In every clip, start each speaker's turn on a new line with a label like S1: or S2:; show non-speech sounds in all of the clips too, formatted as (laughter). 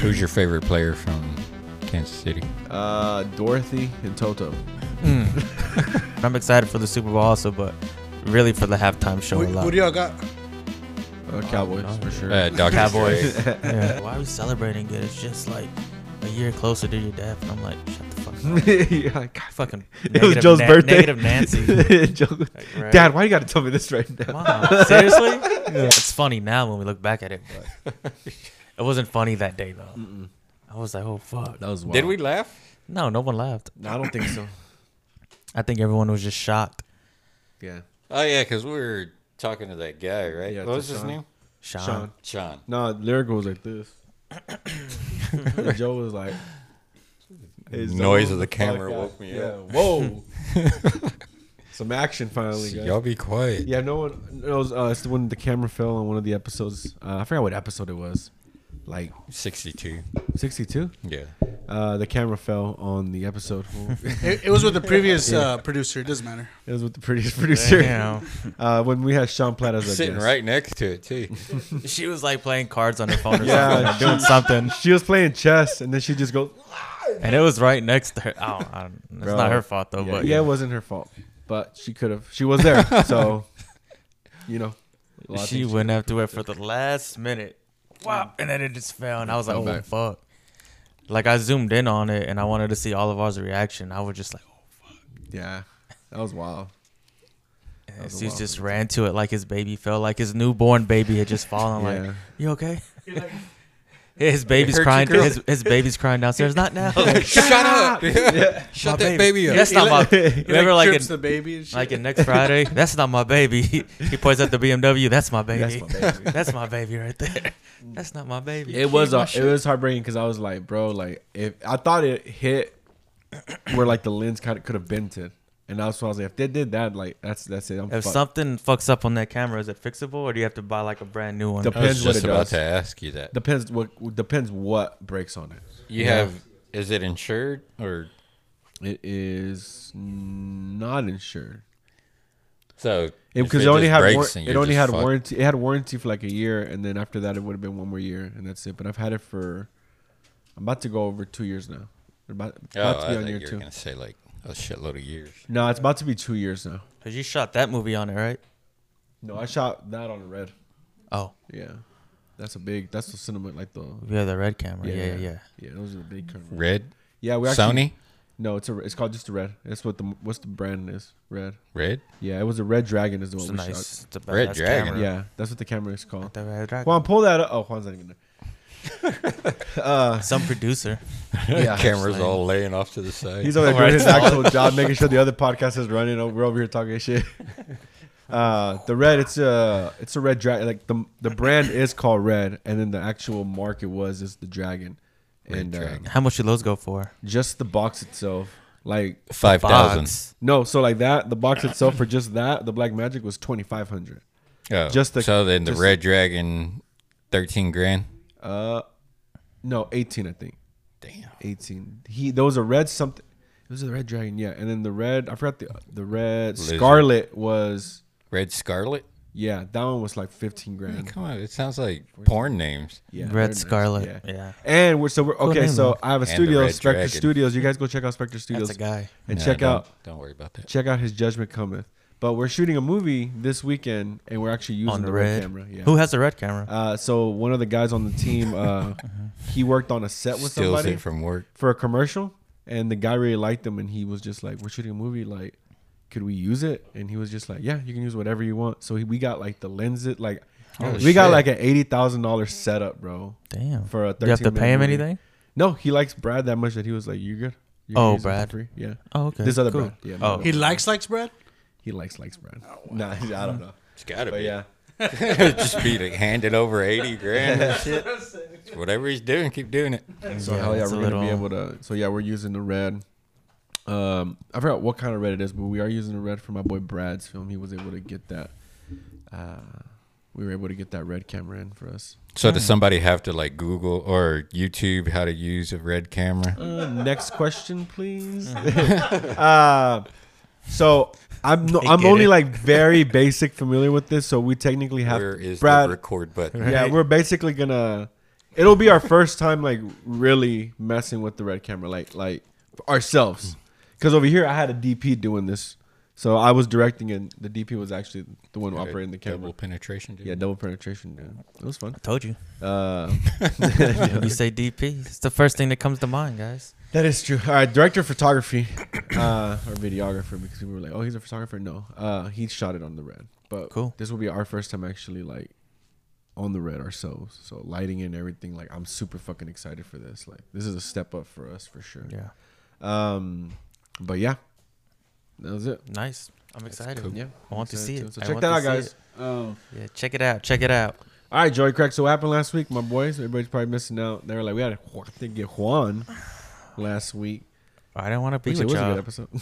S1: Who's your favorite player from Kansas City?
S2: Uh, Dorothy and Toto. uh,
S3: Mm. (laughs) I'm excited for the Super Bowl also, but really for the halftime show
S4: Who,
S3: a
S4: who
S3: lot.
S4: do y'all got?
S2: Uh, Cowboys for sure. (laughs)
S1: Uh, Dr.
S3: Cowboys.
S1: (laughs) Dre.
S3: Yeah. Why are we celebrating it? It's just like a year closer to your death, and I'm like, shut the fuck up.
S2: (laughs) yeah, God.
S3: Fucking.
S2: It was
S3: negative
S2: Joe's
S3: Na-
S2: birthday.
S3: Negative
S2: (laughs)
S3: Nancy.
S2: Joe-
S3: Like, right?
S2: Dad, why you gotta tell me this right now? (laughs)
S3: Mom, seriously? It's funny now when we look back at it, but it wasn't funny that day though. I was like, oh fuck.
S2: That was wild.
S1: Did we laugh?
S3: No, no one laughed.
S2: No, I don't think (coughs) so.
S3: I think everyone was just shocked.
S2: Yeah.
S1: Oh yeah, because we were talking to that guy, right?
S2: Yeah,
S1: what was
S2: to
S1: his
S2: Sean.
S1: name?
S3: Sean.
S2: Sean.
S1: Sean.
S2: No, lyric was like (coughs) this. And Joe was like, "Hey, son,
S1: Noise of
S2: what
S1: the
S2: fuck,
S1: camera
S2: guy?"
S1: woke me
S2: yeah,
S1: up. (laughs)
S2: Whoa! Some action finally, guys.
S1: Y'all be quiet.
S2: Yeah, no one knows. Uh, it's when the camera fell on one of the episodes. Uh, I forgot what episode it was. Like
S1: Sixty-two.
S2: 62.
S1: Yeah.
S2: Uh, the camera fell on the episode.
S3: (laughs)
S2: it
S4: It, it was with the previous uh, producer. It doesn't matter.
S2: was with the prettiest producer.
S3: Damn.
S2: Uh, when we had Sean Platt as a
S1: Sitting
S2: guest.
S1: right next to it too.
S3: (laughs) she was like playing cards on her phone
S2: (laughs)
S3: or
S2: Yeah,
S3: something, (laughs) doing something,
S2: She was playing chess, and then she just goes.
S3: and it was right next to her. Oh, I don't, it's
S2: Bro.
S3: not her fault though.
S2: Yeah,
S3: Oh, but
S2: yeah, it wasn't her fault, but she could have. She was there,
S3: (laughs)
S2: so you know. a lot of
S3: she
S2: things-
S3: went after it for the last minute. Wow. And then it just fell. And I was like,
S2: Fell
S3: oh,
S2: back.
S3: fuck. Like, I zoomed in on it and I wanted to see all of ours reaction. I was just like, oh,
S2: Yeah, that was wild.
S3: and
S2: was a
S3: eh, she
S2: wild
S3: just ran to it like his baby fell, like his newborn baby had just fallen.
S2: (laughs) Yeah.
S3: Like, you okay? (laughs) his baby's
S1: hurt you,
S3: crying.
S1: girl?
S3: His, his baby's crying downstairs. Not now.
S1: (laughs)
S3: (laughs)
S1: Shut up!
S2: (laughs)
S1: Shut
S3: My
S1: that baby, up.
S3: That's not my. Remember, like,
S4: trips
S3: in-
S4: the baby and shit.
S3: like in next Friday, (laughs) that's not my baby. he points at the BMW. That's my baby.
S2: That's my baby.
S3: (laughs) That's my baby right there. That's not my baby.
S2: It was uh, it was heartbreaking because I was like, bro, like if I thought it hit where like the lens kind of could have dented, and that's why I was like, if they did that, like that's that's it. I'm
S3: If
S2: fucked.
S3: something fucks up on that camera, is it fixable or do you have to buy like a brand new one?
S2: Dep-
S1: I was
S2: Depends what
S1: just
S2: it
S1: about
S2: does.
S1: to ask you that.
S2: depends what depends what breaks on it.
S1: You have is it insured or
S2: It is not insured.
S1: so?
S2: It,
S1: if
S2: because it only
S1: just
S2: had
S1: breaks
S2: war-
S1: then
S2: it
S1: you're
S2: only
S1: just
S2: had
S1: fucked.
S2: warranty. It had warranty for like a year, and then after that, it would have been one more year, and that's it. But I've had it for I'm about to go over two years now. About,
S1: Oh,
S2: about to
S1: I
S2: be on
S1: thought
S2: year
S1: you were
S2: two.
S1: gonna say like a shitload of years.
S2: No, it's about to be two years now.
S3: Cause you shot that movie on it, right?
S2: No, I shot that on red.
S3: Oh,
S2: Yeah, that's a big. That's the cinema like the.
S3: yeah, the red camera. Yeah, yeah, yeah.
S2: Yeah, those are the big. Camera.
S1: Red
S2: Yeah, we actually.
S1: Sony
S2: No, it's a. It's called just a red. That's what the. What's the brand is? Red.
S1: Red.
S2: Yeah, it was a red dragon is the
S3: It's
S2: one
S3: a
S2: we
S3: nice. It's a
S1: Red
S3: badass
S1: Dragon.
S3: camera.
S2: shot. Yeah, that's what the camera is
S3: Not
S2: called.
S3: the Red Dragon.
S2: Juan, pull that up. Oh, Juan's not even there.
S3: Some
S2: (laughs)
S3: producer.
S2: (laughs) Yeah.
S1: Cameras all laying off to the side.
S2: He's over there
S3: Right.
S2: doing his
S3: (laughs)
S2: actual job, making sure the other podcast is running. Oh, We're over here talking shit. (laughs) Uh, the red, it's a, it's a red dragon. Like the the brand is called Red, and then the actual mark it was is the dragon.
S1: Red
S2: and uh, (laughs)
S1: Dragon.
S3: How much do those go for?
S2: just the box itself, like
S1: Five thousand.
S3: Box.
S2: no, so like that, the box itself for just that, the Black Magic was twenty five hundred.
S1: Oh,
S2: Just the-
S1: so then the
S2: just-
S1: Red Dragon, thirteen grand.
S2: No, eighteen, I think.
S1: Damn.
S2: 18. He there was a red something. It was a red dragon, yeah. And then the red, I forgot the the red
S1: Lizard.
S2: scarlet was
S1: Red Scarlet.
S2: yeah. That one was like 15
S1: Hey,
S2: grand.
S1: come on, it sounds like porn names.
S2: Yeah, very
S3: Red
S2: nice.
S3: Scarlet.
S2: Yeah.
S3: Yeah.
S2: And we're so we're okay.
S3: name,
S2: so
S3: though.
S2: I have a
S1: And the
S2: studio,
S1: Red
S2: Spectre
S1: Dragon.
S2: Studios. You guys go check out Spectre Studios
S3: That's a guy.
S2: and
S1: No,
S2: check
S1: don't-
S2: out
S1: Don't worry about that.
S2: check out his Judgment Cometh. But we're shooting a movie this weekend, and we're actually using
S3: On
S2: the
S3: the
S2: red,
S3: red.
S2: camera. Yeah.
S3: Who has a red camera?
S2: uh, so one of the guys on the team,
S3: (laughs)
S2: uh, he worked on a set with
S1: Steals
S2: somebody.
S1: it from work.
S2: for a commercial, and the guy really liked them, and he was just like, "We're shooting a movie, like, could we use it?" And he was just like, "Yeah, you can use whatever you want." So he, we got like the lenses, like,
S1: Oh,
S2: we got
S1: shit.
S2: like an eighty thousand dollars setup, bro.
S3: Damn.
S2: for a
S3: Do you have to
S2: 13
S3: pay him
S2: minute movie.
S3: anything?
S2: No, he likes Brad that much that he was like, "You good?" You can
S3: Oh,
S2: use it for
S3: Brad.
S2: free." yeah.
S3: Oh, okay.
S2: This other
S3: cool.
S2: Brad, yeah.
S3: Oh.
S2: no,
S4: he
S2: no.
S4: likes likes bread.
S2: he likes likes Brad. (laughs) Nah, I don't know,
S1: It's gotta
S2: but
S1: be.
S2: yeah.
S1: (laughs) Just be like handed over
S2: (laughs)
S1: eighty grand and shit. Whatever he's doing, keep doing it.
S2: So hell yeah,
S3: it's
S2: we're
S3: a
S2: gonna be
S3: little-
S2: able to. So yeah, we're using the red. Um, I forgot what kind of red it is, but we are using the red for my boy Brad's film. He was able to get that. Uh, we were able to get that red camera in for us.
S1: So does somebody have to like Google or YouTube how to use a red camera?
S2: Uh, (laughs) next question,
S3: (laughs)
S2: please. (laughs) uh, so I'm no,
S3: They
S2: I'm
S3: get
S2: only
S3: it.
S2: like
S3: (laughs)
S2: very basic familiar with this. So we technically have
S1: Where is
S2: Brad. (laughs)
S1: the record button?
S2: yeah, we're basically gonna it'll be our first time like really messing with the red camera, like like ourselves. Because over here, I had a DP doing this, so I was directing, and the DP was actually the one operating the camera.
S1: Double penetration, dude.
S2: Yeah, double penetration. Yeah, it was fun.
S3: Told
S2: (laughs)
S3: you. (laughs)
S2: Uh,
S3: When you say DP, it's the first thing that comes to mind, guys.
S2: That is true. All right, director of photography (coughs) uh, or videographer because we were like, oh, he's a photographer. No, uh, he shot it on the red. But
S3: Cool.
S2: This will be our first time actually like on the red ourselves. So lighting and everything. Like I'm super fucking excited for this. Like this is a step up for us for sure.
S3: Yeah.
S2: Um, but yeah, that was it.
S3: Nice. I'm excited.
S1: cool.
S2: Yeah,
S3: I want to
S2: excited
S3: see
S2: too.
S3: it.
S2: So
S3: I
S2: check
S3: want
S2: that
S3: to
S2: out,
S3: see
S2: guys. Um,
S3: it.
S4: Oh,
S3: Yeah, check it out. Check it out.
S2: All right, Joey Crack. So what happened last week, my boys? Everybody's probably missing out. They were like, we had a Juan- to get Juan last week.
S3: I didn't want to be
S2: Which it
S3: with
S2: was a good
S3: y'all.
S2: episode. (laughs)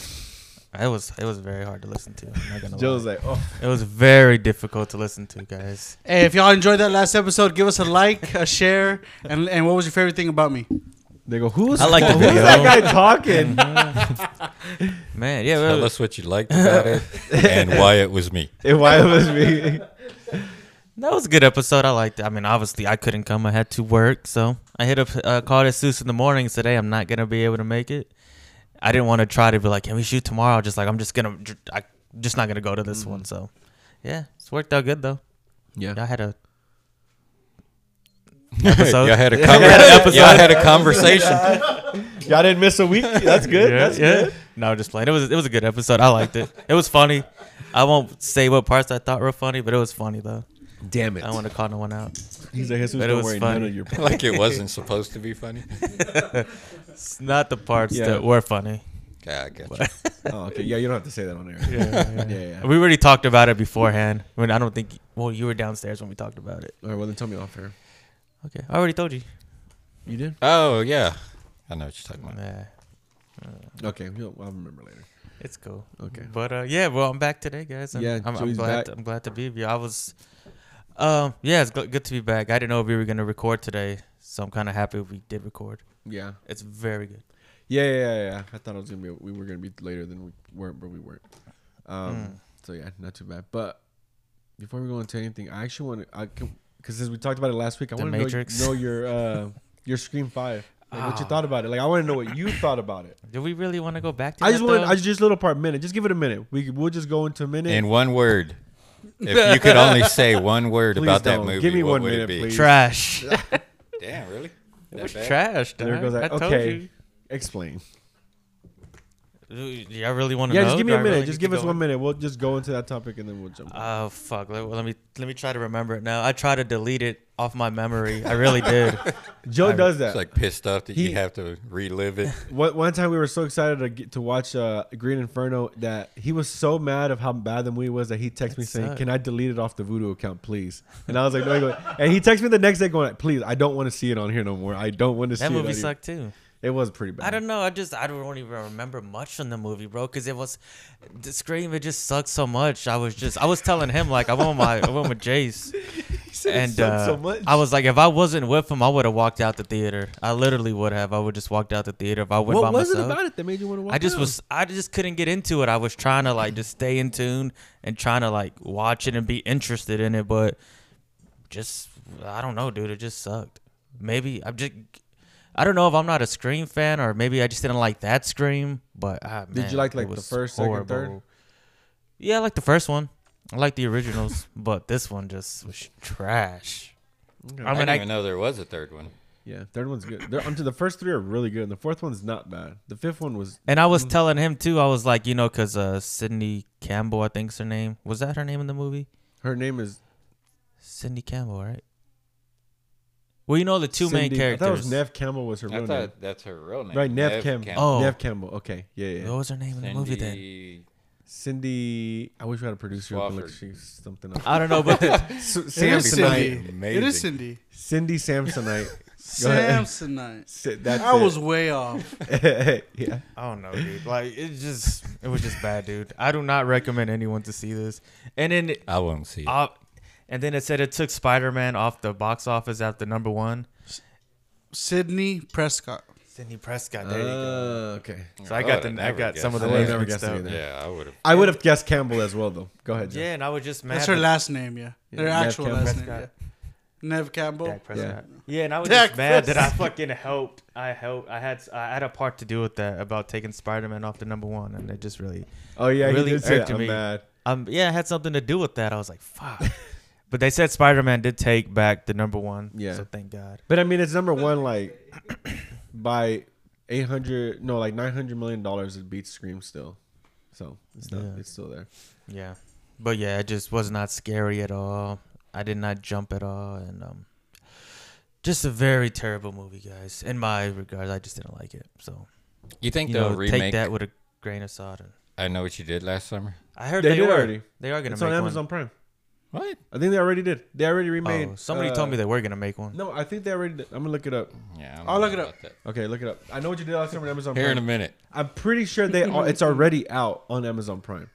S3: It was it was very hard to listen to. I'm not gonna
S2: Joe
S3: lie.
S2: was like, oh,
S3: It was very difficult to listen to, guys.
S4: Hey, if y'all enjoyed that last episode, give us a like, a share, and and what was your favorite thing about me?
S2: they go, who's
S3: I like the
S2: who's
S3: video.
S2: that guy talking?
S3: Man, yeah,
S1: Tell
S3: well,
S1: us what you
S2: (laughs)
S1: liked about it and why it was me.
S2: And why it was me?
S3: that was a good episode. I liked it. I mean, obviously, I couldn't come. I had to work, so I hit up uh, called Seuss in the morning. and Said, "Hey, I'm not gonna be able to make it." I didn't want to try to be like, "Can we shoot tomorrow?" Just like I'm just gonna, dr- I just not gonna go to this one. So, yeah, it's worked out good though. I had a Episode.
S1: Y'all had a,
S3: Yeah,
S1: conver-
S3: had an episode.
S1: y'all had a conversation.
S2: (laughs)
S1: (laughs)
S2: Y'all didn't miss a week. That's good. That's good.
S3: No, just playing. It was it was a good episode. I liked it. It was funny. I won't say what parts I thought were funny, but it was funny though.
S2: Damn
S3: I don't want to call no one out.
S2: He's like, Jesus,
S3: But it
S2: don't
S3: was
S2: worry.
S3: funny.
S2: None of your.
S1: like it wasn't supposed to be funny.
S3: It's not the parts
S2: Yeah.
S3: that were funny.
S1: Yeah, I got you.
S2: Oh, okay. Yeah, you don't have to say that on air.
S3: (laughs)
S2: Yeah, yeah. yeah.
S3: We already talked about it beforehand. When I don't think. Well, you were downstairs when we talked about it.
S2: All right. Well, then tell me off air.
S3: Okay, I already told you.
S2: You did.
S1: Oh yeah, I know what you're talking about.
S3: Nah,
S2: Okay. You'll, I'll remember later.
S3: it's cool.
S2: Okay.
S3: But uh, yeah, well, I'm back today, guys. and
S2: Yeah,
S3: I'm, I'm
S2: Joey's
S3: glad.
S2: back.
S3: I'm glad to be with you. I was, um, yeah, it's gl- good to be back. I didn't know if we were gonna record today, so I'm kind of happy we did record.
S2: Yeah.
S3: It's very good.
S2: Yeah, yeah, yeah, yeah. I thought it was gonna be. We were gonna be later than we weren't, but we weren't. Um.
S3: Mm.
S2: So yeah, not too bad. But before we go into anything, I actually want to. I can because as we talked about it last week, I
S3: The
S2: want to
S3: Matrix.
S2: know, know your uh your Scream Five. Like what you
S3: Ah.
S2: thought about it? Like I want to know what you thought about it.
S3: Do we really want to go back to?
S2: I
S3: that,
S2: just want.
S3: though?
S2: I just little part minute. Just give it a minute. We could- we'll just go into a minute.
S1: In one word, if you could only say one word
S2: Please
S1: about
S2: don't.
S1: that movie,
S2: Give me
S1: what
S2: one
S1: would
S2: minute,
S1: it be?
S2: please.
S3: trash. (laughs) it
S1: Damn, really? That
S3: was
S1: bad?
S3: trash.
S2: there
S3: dog.
S2: goes that.
S3: I told
S2: Okay. Explain.
S3: you. Do I really want to
S2: Yeah,
S3: know?
S2: just give me
S3: Do
S2: a
S3: I really
S2: minute.
S3: need
S2: Just
S3: to
S2: give us
S3: go
S2: one
S3: in?
S2: minute. We'll just go into that topic and then we'll jump.
S3: Oh fuck! Let, let me let me try to remember it now. I tried to delete it off my memory.
S2: (laughs)
S3: I really did.
S2: Joe does that.
S1: It's like pissed off that
S2: He-
S1: you have to relive it.
S2: One, one time we were so excited to get, to watch uh, Green Inferno that he was so mad of how bad the movie was that he texted me saying,
S3: sucked.
S2: "Can I delete it off the Voodoo account, please?" And I was like, "No." he goes- And he texted me the next day going, "Please, I don't want to see it on here no more. I don't want to see
S3: That
S2: it."
S3: movie
S2: on here."
S3: sucked too.
S2: It was pretty bad.
S3: I don't know. I just I don't even remember much from the movie, bro. Because it was the scream. It just sucked so much. I was just I was telling him like I went with my I went with
S2: (laughs)
S3: Jace,
S2: it
S3: and
S2: sucked
S3: uh,
S2: so much.
S3: I was like if I wasn't with him, I would have walked out the theater. I literally would have. I would just walked out the theater if I went by
S2: What was
S3: myself.
S2: it about it that made you want to watch?
S3: I just was I just couldn't get into it. I was trying to like just stay in tune and trying to like watch it and be interested in it, but just I don't know, dude. It just sucked. Maybe I'm just I don't know if I'm not a Scream fan or maybe I just didn't like that Scream. But ah,
S2: Did you
S3: man,
S2: like,
S3: it
S2: like, the
S3: was
S2: first, second, third?
S3: horrible. Yeah, I like the first one. I like the originals, (laughs) but this one just was trash.
S2: Okay.
S3: I
S1: I
S3: mean,
S1: didn't
S3: I,
S1: even know there was a third one.
S2: Yeah, third one's good. They're, um, the first three are really good, and the fourth one's not bad. The fifth one was
S3: And I was telling him too. I was like, you know, because uh, Sydney Campbell, I think's her name. Was that her name in the movie?
S2: her name is
S3: Cindy Campbell, right? Well, you know the two main
S2: Cindy-
S3: characters.
S2: I thought it was Nev Campbell was her
S1: I
S2: real name.
S1: thought that's her real name.
S2: Right, Nev, Cam-
S3: Oh.
S2: Nev Campbell. Okay, yeah, yeah.
S3: What was her name in the movie then?
S1: Cindy-
S2: Cindy, I wish we had a producer. who could look
S1: Swafford.
S2: she's something up.
S3: I don't
S2: (laughs)
S3: know, but the,
S4: It is
S1: Samsonite.
S4: Cindy.
S1: Amazing.
S4: It is Cindy.
S2: Cindy Samsonite. Go (laughs) ahead.
S4: Samsonite.
S2: Si- That's
S4: I was
S2: it.
S4: way off.
S2: (laughs) yeah.
S3: I don't know, dude. Like it just, it was just bad, dude. I do not recommend anyone to see this. And then,
S1: I won't see it.
S3: uh, and then it said it took Spider Man off the box office after number one.
S4: Sydney Prescott.
S3: Cindy Prescott. There you go.
S2: Uh, okay.
S3: So I
S1: I
S3: got
S1: would've
S3: the, I
S1: never
S3: got some of the
S1: guessed. I
S3: names
S2: would've never
S3: mixed
S2: guessed
S3: up.
S2: either.
S1: yeah, I would have.
S2: I would have guessed Campbell as well, though. Go ahead. Joe.
S3: Yeah, and I was just mad.
S4: That's her
S3: that-
S4: last name, yeah. Their
S2: Yeah, Nev
S4: actual
S2: Campbell.
S4: last name. Yeah.
S3: Prescott.
S4: Nev Campbell.
S3: Dak Prescott. Yeah. and I was
S4: Dak
S3: just mad that I
S4: Prescott.
S3: fucking helped. I helped. I had I had a part to do with that about taking Spider Man off the number one, and it just really,
S2: Oh yeah,
S3: Really
S2: he did say
S3: irked
S2: that. I'm
S3: me.
S2: mad.
S3: um, yeah, I had something to do with that. I was like, fuck. (laughs) but they said Spider Man did take back the number one.
S2: Yeah.
S3: So thank God.
S2: But I mean, it's number one like (coughs) by eight hundred, no, like nine hundred million dollars. It beats Scream still, so it's not.
S3: Yeah.
S2: It's still there.
S3: Yeah. But yeah, it just was not scary at all. I did not jump at all, and um, just a very terrible movie, guys. In my regards, I just didn't like it. So
S1: You think
S3: you
S1: they'll
S3: know,
S1: remake?
S3: take that with a grain of salt. And
S1: I know what you did last summer.
S3: I heard
S2: They
S3: they,
S2: did
S3: were.
S2: already.
S3: They are gonna
S2: It's
S3: make
S2: on Amazon
S3: one.
S2: Prime.
S1: What?
S2: I think they already did. They already remade.
S3: Oh, somebody
S2: uh,
S3: told me they were gonna make one.
S2: No, I think they already. Did. I'm gonna look it up.
S1: Yeah.
S4: I'll look it up.
S2: Okay, look it up. I know what you did last summer on Amazon
S1: Here in a
S2: Prime.
S1: minute.
S2: I'm pretty sure they. Are, it's already out on Amazon Prime.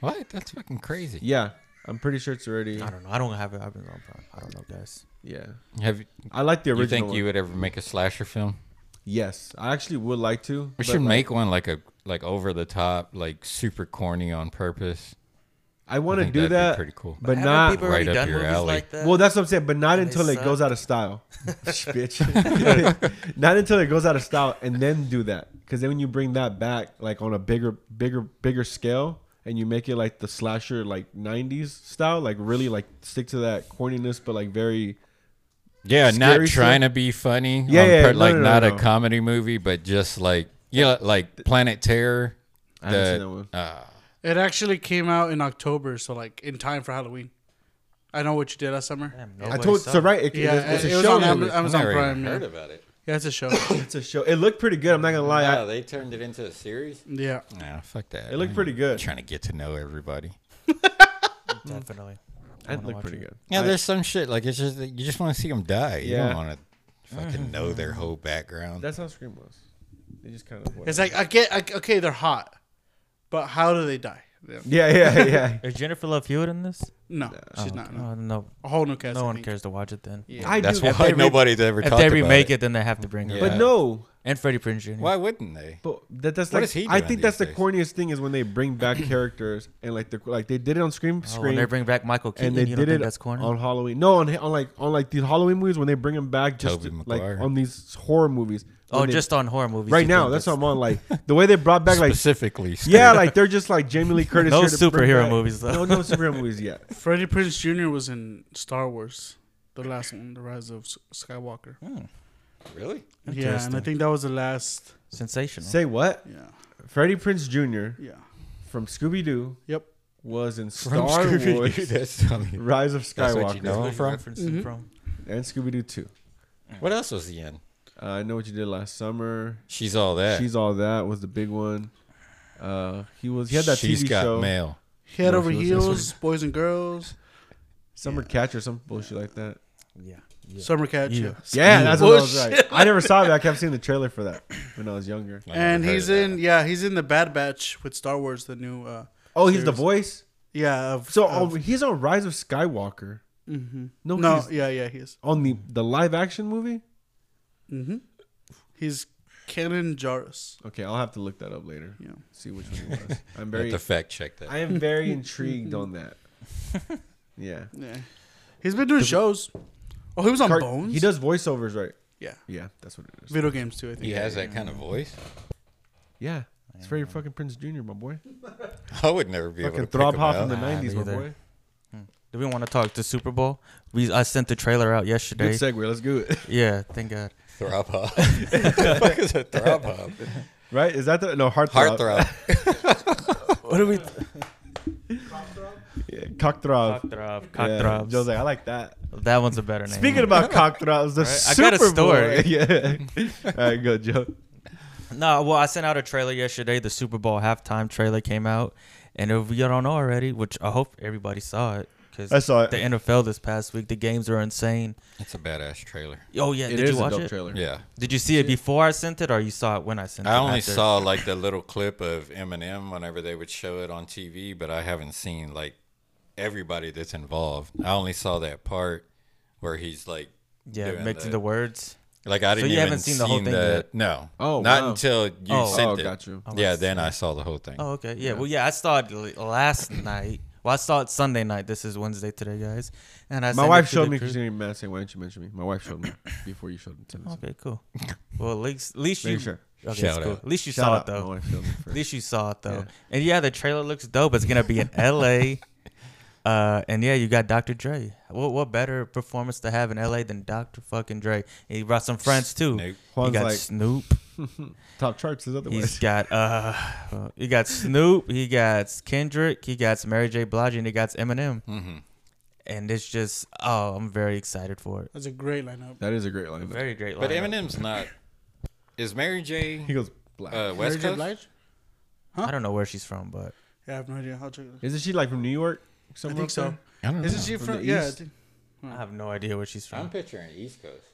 S1: What? That's fucking crazy.
S2: Yeah, I'm pretty sure it's already.
S3: I don't know. I don't have it. I've been on Prime. I don't know, guys.
S2: Yeah,
S1: Have you,
S2: I like the original.
S1: you think
S2: one.
S1: you would ever make a slasher film?
S2: Yes, I actually would like to.
S1: We
S2: but,
S1: should
S2: like,
S1: make one like a like over the top, like super corny on purpose.
S2: I want
S1: I
S2: to
S1: think
S2: do
S1: that'd be
S2: that,
S1: pretty cool.
S2: but
S3: Haven't
S2: not
S3: people
S1: Right
S3: already
S1: up
S3: done
S1: your
S3: movies
S1: alley.
S3: like that?
S2: Well, that's what I'm saying, but not
S3: And they
S2: until it goes
S3: suck.
S2: out of
S4: (laughs)
S2: style, (laughs) bitch. (laughs) not until it goes out of style, and then do that. Because then when you bring that back, like on a bigger, bigger, bigger scale, and you make it like the slasher, like '90s style, like really like stick to that corniness, but like very
S1: Yeah,
S2: Scary
S1: not trying to
S2: shit?
S1: be funny.
S2: Yeah,
S1: on
S2: yeah,
S1: pur-
S2: no,
S1: like
S2: no, no,
S1: not
S2: no.
S1: a comedy movie, but just like yeah, like Planet Terror.
S2: I haven't
S1: the-
S2: seen that one.
S1: uh,
S4: It actually came out in October, so like in time for Halloween. I know what you did last summer.
S3: Damn,
S2: I
S3: nobody
S2: told
S3: saw
S2: so
S3: it.
S2: right. It,
S4: Yeah,
S2: it's, it's
S4: it
S2: a
S4: was
S2: show.
S4: on Am-
S2: movie.
S4: Amazon
S1: never even
S4: Prime. Yeah.
S1: about it.
S4: yeah, it's a show.
S2: It's a show. It looked pretty good. I'm not gonna lie. I,
S1: they turned it into a series.
S4: yeah,
S1: Nah, fuck that.
S2: it looked
S1: I'm
S2: pretty good.
S1: Trying to get to know everybody.
S3: Definitely. I
S2: It
S3: wanna
S2: looked
S3: watch
S2: pretty
S3: it.
S2: good.
S1: Yeah,
S2: I-
S1: there's some shit like it's just that you just want to see them die. You
S2: Yeah.
S1: don't want to fucking know
S2: (sighs)
S1: their whole background.
S2: that's how Scream was. They just kind of.
S4: it's like I get I, okay, they're hot, but how do they die? Yeah.
S2: Yeah, yeah, yeah.
S3: Is Jennifer Love Hewitt in this?
S4: No, she's
S3: Oh,
S4: not.
S3: okay.
S4: No.
S3: Oh, no,
S4: A whole new cast.
S3: no
S4: I
S3: one
S4: think.
S3: cares to watch it then.
S4: (laughs) Yeah.
S2: I
S1: That's
S2: do.
S1: why
S3: they re-
S1: nobody's ever
S3: If
S1: talked
S3: they
S1: about
S3: remake
S1: it.
S3: it, then they have to bring her.
S1: Yeah.
S2: But no,
S3: And Freddie Prinze Jr.
S1: Why wouldn't they?
S2: But that, that's
S1: What
S2: like
S1: is he doing
S2: I think
S1: these
S2: that's the
S1: days?
S2: corniest thing is when they bring
S1: (clears throat)
S2: back characters and like the like they did it on Scream,
S3: Oh, when
S2: Scream,
S3: they bring back Michael Keaton,
S2: and they
S3: you
S2: did
S3: don't
S2: it
S3: think that's corny?
S2: on Halloween. No, on on like on like these Halloween movies when they bring them back just
S1: Tobey
S2: like
S1: Maguire.
S2: on these horror movies.
S3: oh,
S2: When they-
S3: just on horror movies.
S2: right
S3: you
S2: now.
S3: think
S2: That's what I'm on. Like
S1: (laughs)
S2: the way they brought back like
S1: Specifically,
S2: yeah, like they're just like Jamie
S1: (laughs)
S2: Lee Curtis.
S3: No
S2: here to bring
S3: superhero
S2: back-
S3: movies, though.
S2: No, no superhero movies yet.
S4: Freddie Prince Jr. was in Star Wars, the last one, The Rise of S- Skywalker.
S2: (laughs)
S1: really.
S4: Yeah, and I
S3: Interesting.
S4: think that was the last.
S3: sensational.
S2: Say what?
S4: Yeah,
S2: Freddie Prince Jr.
S4: yeah.
S2: from Scooby Doo
S4: Yep.
S2: was in
S1: From
S2: Star
S1: Scooby Doo.
S2: Wars.
S1: That's funny.
S2: Rise of
S1: That's
S2: Skywalker
S1: what you know him from.
S2: Mm-hmm.
S4: Mhm.
S3: from.
S2: and Scooby Doo 2.
S1: What else was he in?
S2: Uh, I know what you did last summer.
S1: She's all that.
S2: She's all that was the big one. Uh, he was he had that
S1: She's
S2: TV
S1: got
S2: show
S1: mail.
S4: Head
S2: No,
S4: over
S2: she was in this
S4: heels, boys and girls,
S2: Summer Catch or some bullshit like that.
S3: Yeah.
S4: summer catch.
S3: Yeah.
S4: yeah.
S2: Yeah, that's what I was
S4: Bullshit.
S2: right. I never saw that. I kept seeing the trailer for that when I was younger.
S1: I never
S4: And
S1: heard
S4: he's
S1: of that.
S4: in, yeah, he's in the Bad Batch with Star Wars, the new, uh,
S2: Oh, he's the
S4: Seriously.
S2: voice.
S4: yeah. Of,
S2: So oh,
S4: of,
S2: he's on Rise of Skywalker.
S4: hmm
S2: No,
S4: no,
S2: he's
S4: yeah, yeah, he is.
S2: on the the live action movie.
S4: Mm-hmm. He's Kenan Jarrus.
S2: Okay, I'll have to look that up later.
S4: Yeah.
S2: See which
S1: (laughs)
S2: one it was. I'm
S1: You have
S2: very
S1: to fact check that.
S2: I am
S4: (laughs)
S2: very intrigued on that. Yeah.
S4: Yeah, he's been doing shows. Oh, he was on
S2: Car-
S4: Bones.
S2: He does voiceovers, right?
S4: Yeah,
S2: Yeah, that's what it is.
S4: video games too. I think
S1: he has that kind of voice. (laughs)
S2: Yeah. It's Freddie fucking Prince Jr., my boy.
S1: I would never be able
S2: Fucking
S1: to pick
S2: throb
S1: him
S2: off
S1: out.
S2: in the
S3: Nah,
S2: 90s, my
S3: neither.
S2: boy.
S3: Do we want to talk to Super Bowl? We I sent the trailer out
S2: Good
S3: yesterday.
S2: segue. Let's do it. (laughs)
S3: Yeah, thank God.
S1: Throb hop. (laughs) the fuck is a throb hop?
S2: Right? Is that the no heart
S1: Heart
S2: throb?
S1: throb.
S3: What are we?
S2: Yeah, cock throb.
S3: Cockthrob,
S2: Yeah.
S3: cockthrob.
S2: Joe's like, I like that.
S3: that one's a better name.
S2: Speaking about cock throbs, the
S3: (laughs) Right? I
S2: Super
S3: got a story.
S2: Bowl. (laughs) yeah. All right, go Joe.
S3: No, well, I sent out a trailer yesterday. The Super Bowl halftime trailer came out, and if you don't know already, which I hope everybody saw it, because
S2: I saw it.
S3: the NFL this past week, the games are insane.
S1: That's a badass trailer.
S3: Oh yeah,
S2: It
S3: did
S2: is
S3: you watch
S2: a dope
S3: it?
S2: trailer.
S1: Yeah.
S3: Did you see it before I sent it, or you saw it when I sent it?
S1: I only
S3: after?
S1: saw like the little clip of Eminem whenever they would show it on TV, but I haven't seen like everybody that's involved. I only saw that part where he's like,
S3: Yeah,
S1: doing
S3: mixing
S1: the-
S3: the words.
S1: like I didn't
S3: you
S1: even
S3: haven't seen the whole
S1: seen
S3: thing yet?
S1: No.
S2: Oh,
S1: not
S2: wow.
S1: until you
S3: Oh.
S1: sent
S2: Oh,
S1: it.
S2: got you.
S3: Oh, I
S1: yeah,
S3: see.
S1: then I saw the whole thing.
S3: Oh, okay. Yeah. Well, yeah, I saw it l- last night Well, I saw it Sunday night. This is Wednesday today, guys. And I
S2: My
S3: sent it
S2: wife
S3: to
S2: showed
S3: the
S2: me
S3: group.
S2: because you didn't mad saying why didn't you mention me? My wife showed
S3: (laughs)
S2: me before you showed it to me. so.
S3: Okay, cool. Well, at least, at least you.
S2: Make sure.
S3: Okay,
S1: Shout
S3: it's cool.
S1: out.
S3: At least you
S2: Shout
S3: saw
S2: out.
S3: it though.
S2: My wife showed me
S3: At
S2: first.
S3: least you saw it though.
S2: Yeah.
S3: And yeah, the trailer looks dope. It's gonna
S2: (laughs)
S3: be in LA. Uh, and yeah, you got Dr. Dre. What what better performance to have in LA than Dr. fucking Dre? And he brought some friends too.
S1: Nope.
S3: He
S2: Juan's
S3: got
S2: like-
S3: Snoop.
S2: (laughs) Top charts is
S3: He's
S2: otherwise.
S3: got uh, he got Snoop. He got Kendrick. He got Mary J. Blige, and he got Eminem.
S1: Mm-hmm.
S3: And it's just oh, I'm very excited for it.
S4: That's a great
S2: (laughs)
S4: lineup.
S2: That is a great line.
S3: Very great.
S1: But
S3: lineup.
S1: Eminem's
S3: (laughs)
S1: not. Is Mary J.
S2: He goes black.
S1: Uh,
S4: Mary
S1: West
S4: J.
S1: Coast?
S4: Blige?
S3: I don't know where she's from, but
S4: Yeah, I have no idea. I'll check it out.
S2: Isn't she like from New York?
S4: I
S2: Somewhere
S4: think
S2: up
S4: so.
S2: there?
S1: I don't
S4: Isn't she
S2: From
S4: from?
S2: the
S4: yeah. I
S2: East?
S4: think-
S3: I have no idea where she's
S1: I'm
S3: from.
S1: picturing East Coast.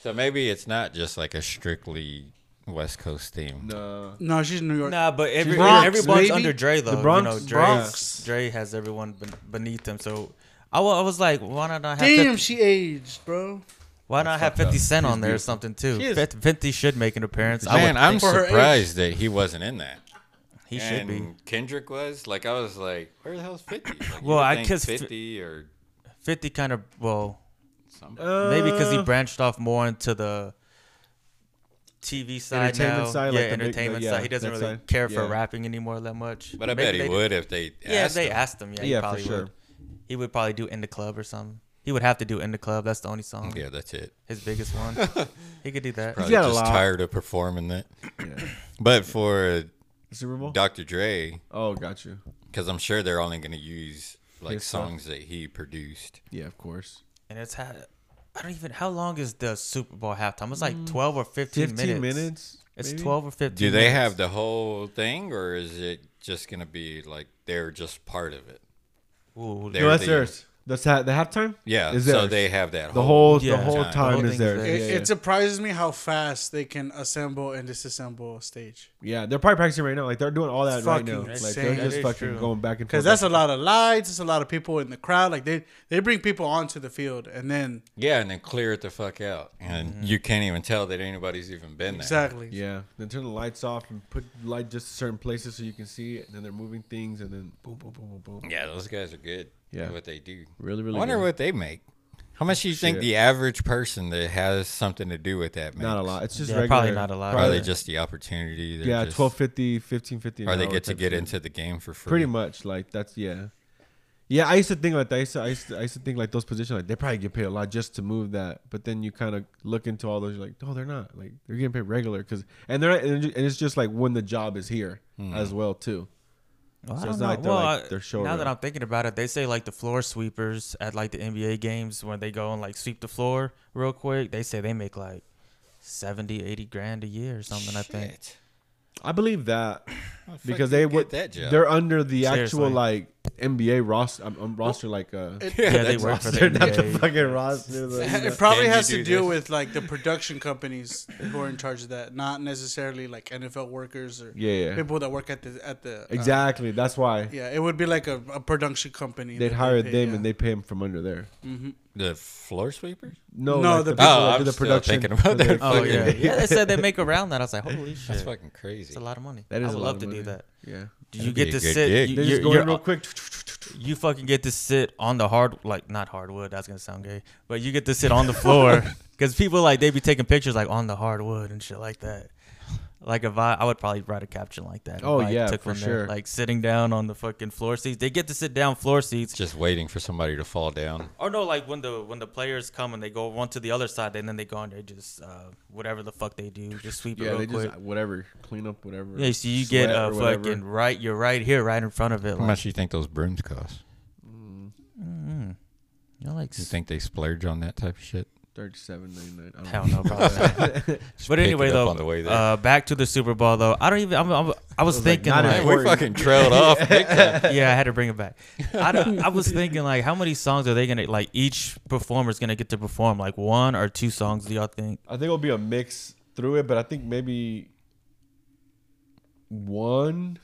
S1: So maybe it's not just like a strictly West Coast theme.
S2: No.
S4: No, she's in New York.
S3: Nah, but every,
S4: Bronx,
S3: everyone's
S4: baby.
S3: under Dre though.
S2: Bronx?
S3: you know, Dre,
S4: Bronx.
S3: Dre has everyone ben- beneath him. So I wa- I was like, why not have 50,
S4: Damn, she aged, bro.
S3: why not have
S1: fucked up.
S3: Fifty Cent on there or something too?
S1: She is-
S3: Fif- Fifty should make an appearance. I would
S1: Man, I'm
S3: think so.
S4: her
S1: surprised that he wasn't in that.
S3: he should
S1: and
S3: be.
S1: Kendrick was like, I was like, where the hell's Fifty? Like, you
S3: Well,
S1: would
S3: I
S1: think
S3: guess fi-
S1: Fifty or
S3: Fifty kind of well,
S1: something.
S3: maybe because
S2: Uh.
S3: he branched off more into the TV side
S2: Entertainment
S3: now.
S2: side,
S3: yeah,
S2: like the big-
S3: entertainment
S2: the- yeah,
S3: side. He doesn't
S2: that
S3: really
S2: side.
S3: care for
S2: Yeah.
S3: rapping anymore that much.
S1: but I
S3: Maybe
S1: bet he
S3: they-
S1: would if they.
S3: Yeah, if
S1: asked
S3: they
S1: him.
S3: asked him. Yeah, he
S2: Yeah, for
S3: probably
S2: sure.
S3: would. He would probably do in the club or something. He would have to do in the club. That's the only song.
S1: Yeah, that's it.
S3: His
S2: (laughs)
S3: biggest one. he could do that.
S1: Probably
S2: got a
S1: just
S2: lot.
S1: tired of performing that.
S2: Yeah.
S1: But for
S2: Super Bowl?
S1: Dr. Dre,
S2: Oh, got you.
S1: because I'm sure they're only going to use like
S2: His stuff.
S1: songs that he produced.
S2: Yeah, of course.
S3: And it's ha- I don't even how long is the Super Bowl halftime? It's like twelve or fifteen,
S2: 15
S3: minutes.
S2: minutes.
S3: It's
S2: maybe?
S3: twelve or fifteen.
S1: Do they
S3: minutes.
S1: have the whole thing, or is it just going to be like they're just part of it?
S3: Ooh,
S1: There-
S2: No, that's
S1: they-
S2: theirs. That's ha- the halftime?
S1: Yeah,
S2: Is
S1: so
S2: theirs.
S1: they have that
S2: The whole,
S3: Yeah.
S2: the whole
S1: Time.
S2: time,
S3: The whole
S2: is
S3: thing's
S2: theirs.
S3: theirs.
S4: It,
S2: Yeah,
S4: it surprises me how fast they can assemble and disassemble a stage.
S2: yeah. yeah, they're probably practicing right now. Like they're doing all that right now.
S4: Fucking
S2: Like
S4: insane.
S2: they're
S3: That
S2: just
S3: is
S2: fucking
S3: true.
S2: going back and forth.
S4: Because that's a lot of lights. It's a lot of people in the crowd. Like they they bring people onto the field and then
S1: Yeah, and then clear it the fuck out, and
S2: Mm-hmm.
S1: you can't even tell that anybody's even been there.
S4: exactly.
S2: Yeah. Then turn the lights off and put light just certain places so you can see it. And then they're moving things and then boom, boom, boom, boom, boom.
S1: Yeah, those guys are good.
S2: Yeah.
S1: at what they do.
S2: Really, really.
S1: I wonder
S2: good.
S1: what they make. How much do you think
S2: Shit.
S1: the average person that has something to do with that makes?
S2: Not a lot. It's just
S3: Yeah,
S2: regular.
S3: probably not a lot.
S1: Are
S3: Probably
S1: they just the opportunity? They're
S2: yeah,
S1: just,
S2: twelve fifty, fifteen fifty. 1250, 1550. an
S1: Or they
S2: hour
S1: get to
S2: type
S1: get
S2: shit.
S1: into the game for free.
S2: Pretty much, like that's yeah, yeah. I used to think like that. I used to, I used to, I used to think like those positions, like they probably get paid a lot just to move that. But then you kind of look into all those, you're like, no, they're not. Like they're getting paid regular because, and they're and it- and it's just like when the job is here as well too.
S3: Well, I
S2: So
S3: don't
S2: it's
S3: know.
S2: not like they're,
S3: Well,
S2: like,
S3: I-
S2: they're
S3: Now that
S2: showroom.
S3: I'm thinking about it, they say like the floor sweepers at like the NBA games when they go and like sweep the floor real quick. They say they make like 70, 80 grand a year or something. I think.
S1: Shit.
S2: I believe that
S1: How the fuck
S2: because
S1: do you
S2: they
S1: get
S2: would
S1: that job.
S2: they're under the actual
S3: Seriously.
S2: like NBA roster um, um, roster like uh
S3: Yeah, they
S1: that's
S3: work for the
S2: (laughs) they're not the
S3: NBA.
S2: fucking roster.
S4: (laughs)
S2: like,
S4: (laughs) It probably
S1: Can you
S4: has to
S1: do
S4: do
S1: this?
S4: with like the production companies who are in charge of that, not necessarily like NFL workers or
S2: Yeah, yeah.
S4: people that work at the at the uh,
S2: exactly. That's why
S4: yeah, it would be like a, a production company.
S2: they'd
S4: that
S2: hire
S4: pay,
S2: them
S4: yeah.
S2: and they pay them from under there.
S1: the floor sweepers.
S2: No,
S4: No,
S2: like
S4: the
S2: the
S4: people
S2: people
S1: Oh,
S2: that
S1: I'm
S2: do the
S1: still
S2: production.
S1: thinking about
S2: for their (laughs)
S1: that.
S3: Oh
S1: Fucking-
S3: yeah, yeah. They said they make around that. I was like, holy
S1: (laughs)
S3: shit,
S1: That's fucking crazy.
S3: It's a lot of money.
S2: That
S3: I
S2: is
S3: would
S2: a lot
S3: love
S2: of
S3: to do
S2: money.
S3: that.
S2: Yeah,
S3: You
S1: That'd be
S3: get
S1: a
S3: to
S1: good
S3: sit.
S1: gig.
S3: You,
S2: they just
S3: you're-
S2: go in
S3: you're-
S2: real quick.
S3: you fucking get to sit on the hard like not hardwood that's gonna sound gay but you get to sit on
S2: (laughs)
S3: the floor because people like they be taking pictures like on the hardwood and shit like that like if i i would probably write a caption like that if
S2: Oh,
S3: I
S2: yeah, for
S3: one there,
S2: sure.
S3: like sitting down on the fucking floor seats they get to sit down floor seats
S1: Just waiting for somebody to fall down.
S3: or no like when the when the players come and they go one to the other side and then they go and they just uh whatever the fuck they do just sweep it
S2: Yeah,
S3: real
S2: they
S3: quick
S2: just whatever clean up whatever.
S3: yeah so you get
S2: sweat
S3: a
S2: or whatever.
S3: fucking right you're right here right in front of it
S1: How
S3: like,
S1: much do you think those brooms cost?
S2: (laughs)
S3: you're like
S1: You think they splurge on that type of shit?
S2: thirty-seven ninety-nine. I don't
S3: hell
S2: know. (laughs)
S3: no probably not.
S1: Just pick it
S3: But anyway,
S1: up
S3: though,
S1: on the way there.
S3: uh, back to the Super Bowl, though. I don't even. I'm, I'm, I
S2: was
S3: was,
S2: like,
S3: thinking,
S2: not
S3: like,
S1: Man, we fucking trailed off. big time.
S3: (laughs) yeah, I had to bring it back. I, don't- I (laughs) was thinking, like, how many songs are they gonna like? Each performer's gonna get to perform like one or two songs. Do y'all think?
S2: I think it'll be a mix through it, but I think maybe one,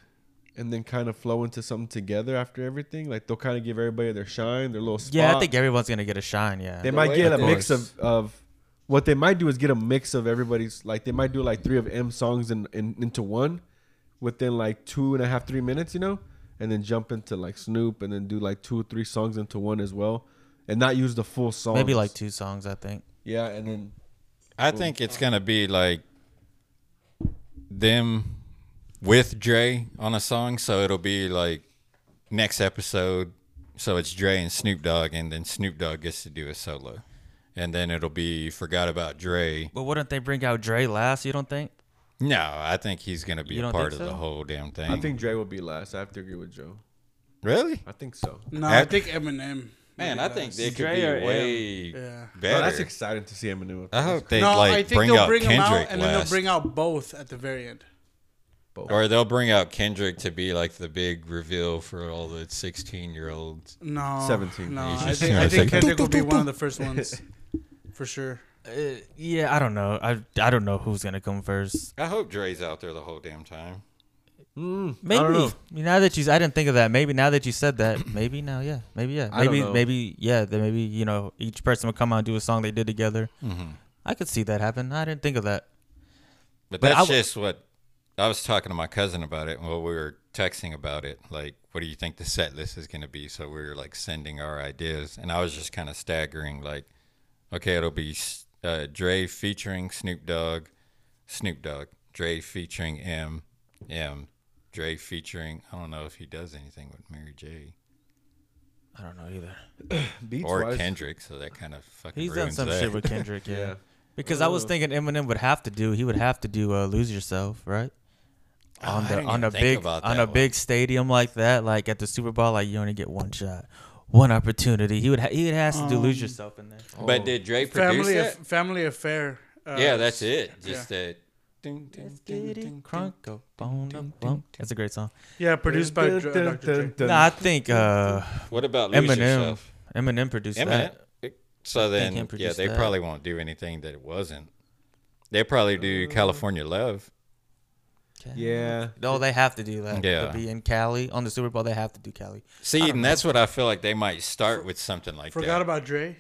S2: and then kind of flow into something together after everything. Like they'll kind of give everybody their shine, their little spot.
S3: Yeah, I think everyone's gonna get a shine. Yeah,
S2: They
S1: The
S2: might
S1: way
S2: get
S1: that
S2: a
S1: they-
S2: mix of, of what they might do is get a mix of everybody's like they might do like three of M songs in, in into one within like two and a half, three minutes, you know? and then jump into like Snoop and then do like two or three songs into one as well, and not use the full song.
S3: Maybe like two songs, I think.
S2: yeah, and then
S1: I think it's gonna be like them with Dre on a song, so it'll be like next episode. So it's Dre and Snoop Dogg, and then Snoop Dogg gets to do a solo, and then it'll be forgot about Dre.
S3: But wouldn't they bring out Dre last? You don't think?
S1: No, I think he's gonna be
S3: You
S1: a
S3: don't
S1: part of
S3: think
S1: the
S3: so?
S1: whole damn thing.
S2: I think Dre will be last. I have to agree with Joe.
S1: really,
S2: I think so.
S4: No,
S1: Ac-
S4: I think Eminem.
S1: man, I
S4: really
S1: think
S4: does.
S1: they could
S3: Dre
S1: be
S3: or M?
S1: way
S4: Yeah.
S1: better.
S2: No, Oh, that's exciting to see Eminem.
S1: I hope they
S4: no,
S1: like
S4: I think
S1: bring
S4: they'll
S1: out
S4: bring
S1: Kendrick
S4: him out and then they'll
S1: last.
S4: bring out both at the very end.
S1: Or they'll bring out Kendrick to be like the big reveal for all the 16 year olds.
S4: No,
S2: 17.
S4: No,
S1: He's
S4: I
S1: just
S4: think,
S1: gonna
S4: I think
S1: say, (laughs)
S4: Kendrick will be one of the first ones for sure.
S3: Uh, yeah, I don't know. I I don't know who's gonna come first.
S1: I hope Dre's out there the whole damn time.
S2: Mm, I
S3: Maybe
S2: don't know.
S3: now that you, I didn't think of that. Maybe now that you said that, maybe now, yeah, maybe yeah,
S2: I don't
S3: maybe
S2: know.
S3: maybe yeah, then maybe you know each person would come out and do a song they did together. I could see that happen. I didn't think of that.
S1: But,
S3: But I
S1: that's
S3: w-
S1: just what I was talking to my cousin about it while we were texting about it. Like, what do you think the set list is going to be? So we were like sending our ideas, and I was just kind of staggering. Like, okay, it'll be S- uh, Dre featuring Snoop Dogg, Snoop Dogg, Dre featuring M, M, Dre featuring. I don't know if he does anything with Mary J.
S3: I don't know either.
S2: Beats
S1: or
S2: wise,
S1: Kendrick, so that kind of fucking
S3: He's done
S1: ruins
S3: some
S1: that.
S3: shit with Kendrick, yeah.
S2: Yeah.
S3: Because I was thinking Eminem would have to do. He would have to do uh, "Lose Yourself," right?
S1: Oh,
S3: on
S1: I
S3: the
S1: didn't
S3: on
S1: even
S3: a
S1: think
S3: big
S1: about
S3: on
S1: that
S3: a
S1: one.
S3: big stadium like that, like at the Super Bowl, like you only get one shot, one opportunity. He would ha- he has to do "Lose Yourself" in there.
S1: But did Dre (laughs) produce
S4: Family,
S1: that?
S4: aff- family affair. Uh,
S1: yeah, that's it. Just that. Ding, ding, ding, ding, ding.
S3: Crunk, bone, bump. That's a great song.
S4: yeah, produced by
S2: Dun,
S4: Dr.
S2: dun,
S4: Dr. Dre.
S2: dun, dun.
S3: Nah, I think uh,
S1: What about Lose
S3: Eminem
S1: Yourself?
S3: Eminem produced
S1: Eminem.
S3: that.
S1: So
S3: they
S1: then,
S3: can't
S1: yeah,
S3: produce
S1: they
S3: that.
S1: probably won't do anything that it wasn't. They probably
S3: Uh,
S1: do California Love.
S2: Yeah.
S3: No, Oh, they have to do that.
S1: Yeah.
S3: To be in Cali on the Super Bowl, they have to do Cali.
S1: See, and that's what I feel like they might start with something like
S4: Forgot
S1: that.
S4: about Dre.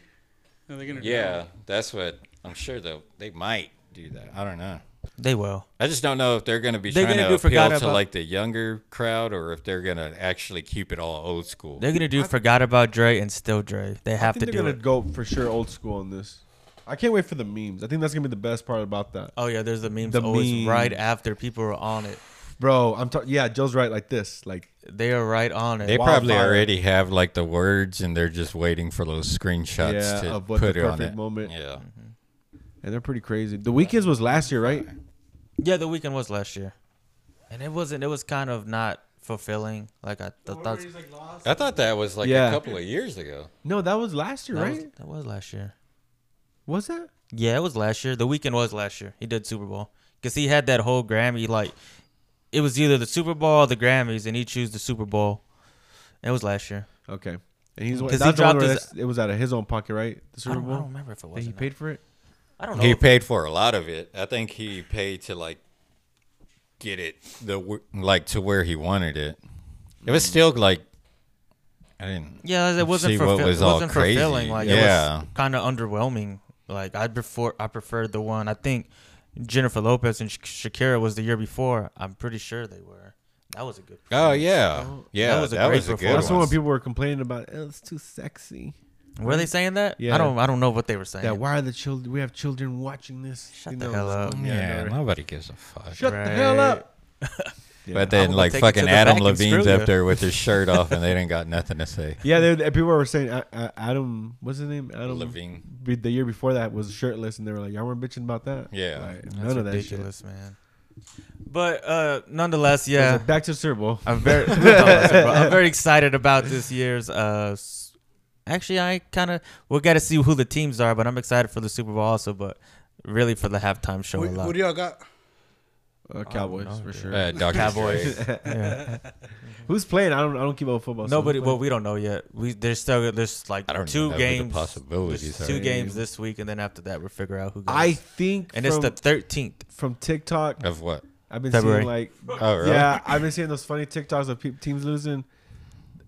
S4: No, they're gonna do
S1: yeah,
S4: that.
S1: that's what I'm sure though. They might do that. I don't know.
S3: They will.
S1: I just don't know if they're going to be
S3: They're
S1: trying
S3: gonna
S1: to
S3: do
S1: appeal
S3: Forgot
S1: to
S3: About-
S1: like the younger crowd or if they're going to actually keep it all old school.
S3: They're gonna do "Forgot About Dre" and still Dre. They
S2: I
S3: have
S2: think
S3: to
S2: they're
S3: do
S2: gonna
S3: it.
S2: go for sure old school on this. I can't wait for the memes. I think that's gonna be the best part about that,
S3: Oh yeah, there's the memes
S2: The
S3: always right
S2: memes.
S3: after people are on it.
S2: bro. I'm talking. Yeah, Joe's right. Like this. Like
S3: They are right on it.
S1: They probably
S2: Wildfire.
S1: already have like the words, and they're just waiting for those screenshots
S2: Yeah,
S1: to
S2: of what the
S1: put it on
S2: perfect
S1: it.
S2: moment.
S1: Yeah,
S2: and they're pretty crazy. The weekends was last year, right?
S3: Yeah, the weekend was last year, and it wasn't. It was kind of not fulfilling. Like I th- thought.
S1: I thought that was like
S2: Yeah.
S1: a couple of years ago.
S2: No, that was last year,
S3: That was,
S2: right?
S3: that was last year.
S2: Was that?
S3: Yeah, it was last year. The weekend was last year. He did Super Bowl because he had that whole Grammy. Like it was either the Super Bowl or the Grammys, and he chose the Super Bowl. It was last year.
S2: Okay. And he's
S3: 'Cause
S2: that's
S3: he
S2: the one
S3: dropped
S2: where
S3: his-
S2: that's- it was out of his own pocket, right? The
S3: I
S2: Super
S3: don't, I don't
S2: Bowl.
S3: remember if it
S2: That
S3: was.
S2: he
S3: or not.
S2: paid for it.
S3: I don't know.
S1: He
S2: Oh.
S3: if-
S1: paid for a lot of it. I think he paid to like get it the w- like to where he wanted it. It was still like I didn't.
S3: yeah, it wasn't
S1: See
S3: for
S1: what was
S3: it
S1: all
S3: wasn't
S1: crazy.
S3: fulfilling. Like it
S1: Yeah.
S3: was kind of underwhelming. Like I prefer I preferred the one I think Jennifer Lopez and Sha- Shakira was the year before. I'm pretty sure they were. That was a good.
S1: Oh yeah, yeah, that
S3: was
S1: was
S3: a
S1: a,
S3: great
S1: good
S3: performance.
S2: That's the one
S1: one.
S2: people were complaining about. Oh, it's too sexy.
S3: Were they saying that?
S2: Yeah.
S3: I don't. I don't know what they were saying.
S2: That why are the children? We have children watching this.
S3: Shut
S2: You
S3: the
S2: know,
S3: hell
S2: it's-
S3: up.
S2: yeah, I
S1: yeah,
S2: know, right?
S1: nobody gives a fuck.
S2: Shut the hell
S3: Right.
S2: up. Yeah.
S1: But then,
S3: gonna
S1: like
S3: take it to
S1: fucking
S3: the
S1: Adam
S3: back and screw
S1: Levine's up
S3: you.
S1: there with his shirt off, and they didn't got nothing to say.
S2: Yeah, they, they- people were saying uh, uh, Adam, what's his name? (laughs) Adam
S1: Levine.
S2: Be, the year before that was shirtless, and they were like, "Y'all weren't bitching about that."
S1: Yeah.
S2: Like,
S3: That's
S2: none of that shit.
S3: ridiculous, man. But uh, nonetheless,
S2: It was
S3: yeah,
S2: like, back to the Super Bowl. (laughs)
S3: I'm very, I'm very excited about this year's. Uh, s- actually, I kind of we got to see who the teams are, but I'm excited for the Super Bowl also. But really for the halftime show a
S4: Who,
S3: lot.
S4: who do y'all got?
S2: Uh, Cowboys
S3: know,
S2: for
S3: dude.
S2: sure.
S1: Uh, Dr. Dre.
S3: Cowboys.
S2: Who's playing? I don't. I don't keep up with football. so
S3: Nobody.
S2: who's playing?
S3: Well, we don't know yet. We there's still there's like
S1: I don't
S3: two
S1: know who the
S3: games.
S1: possibilities
S3: there's
S1: are.
S3: two games this week, and then after that we'll figure out who. Goes.
S2: I think
S3: and it's
S2: from,
S3: the 13th.
S2: from TikTok.
S1: Of what?
S2: I've been
S3: February.
S2: seeing like,
S1: Oh, really?
S2: yeah, I've been seeing those funny TikToks of pe- teams losing.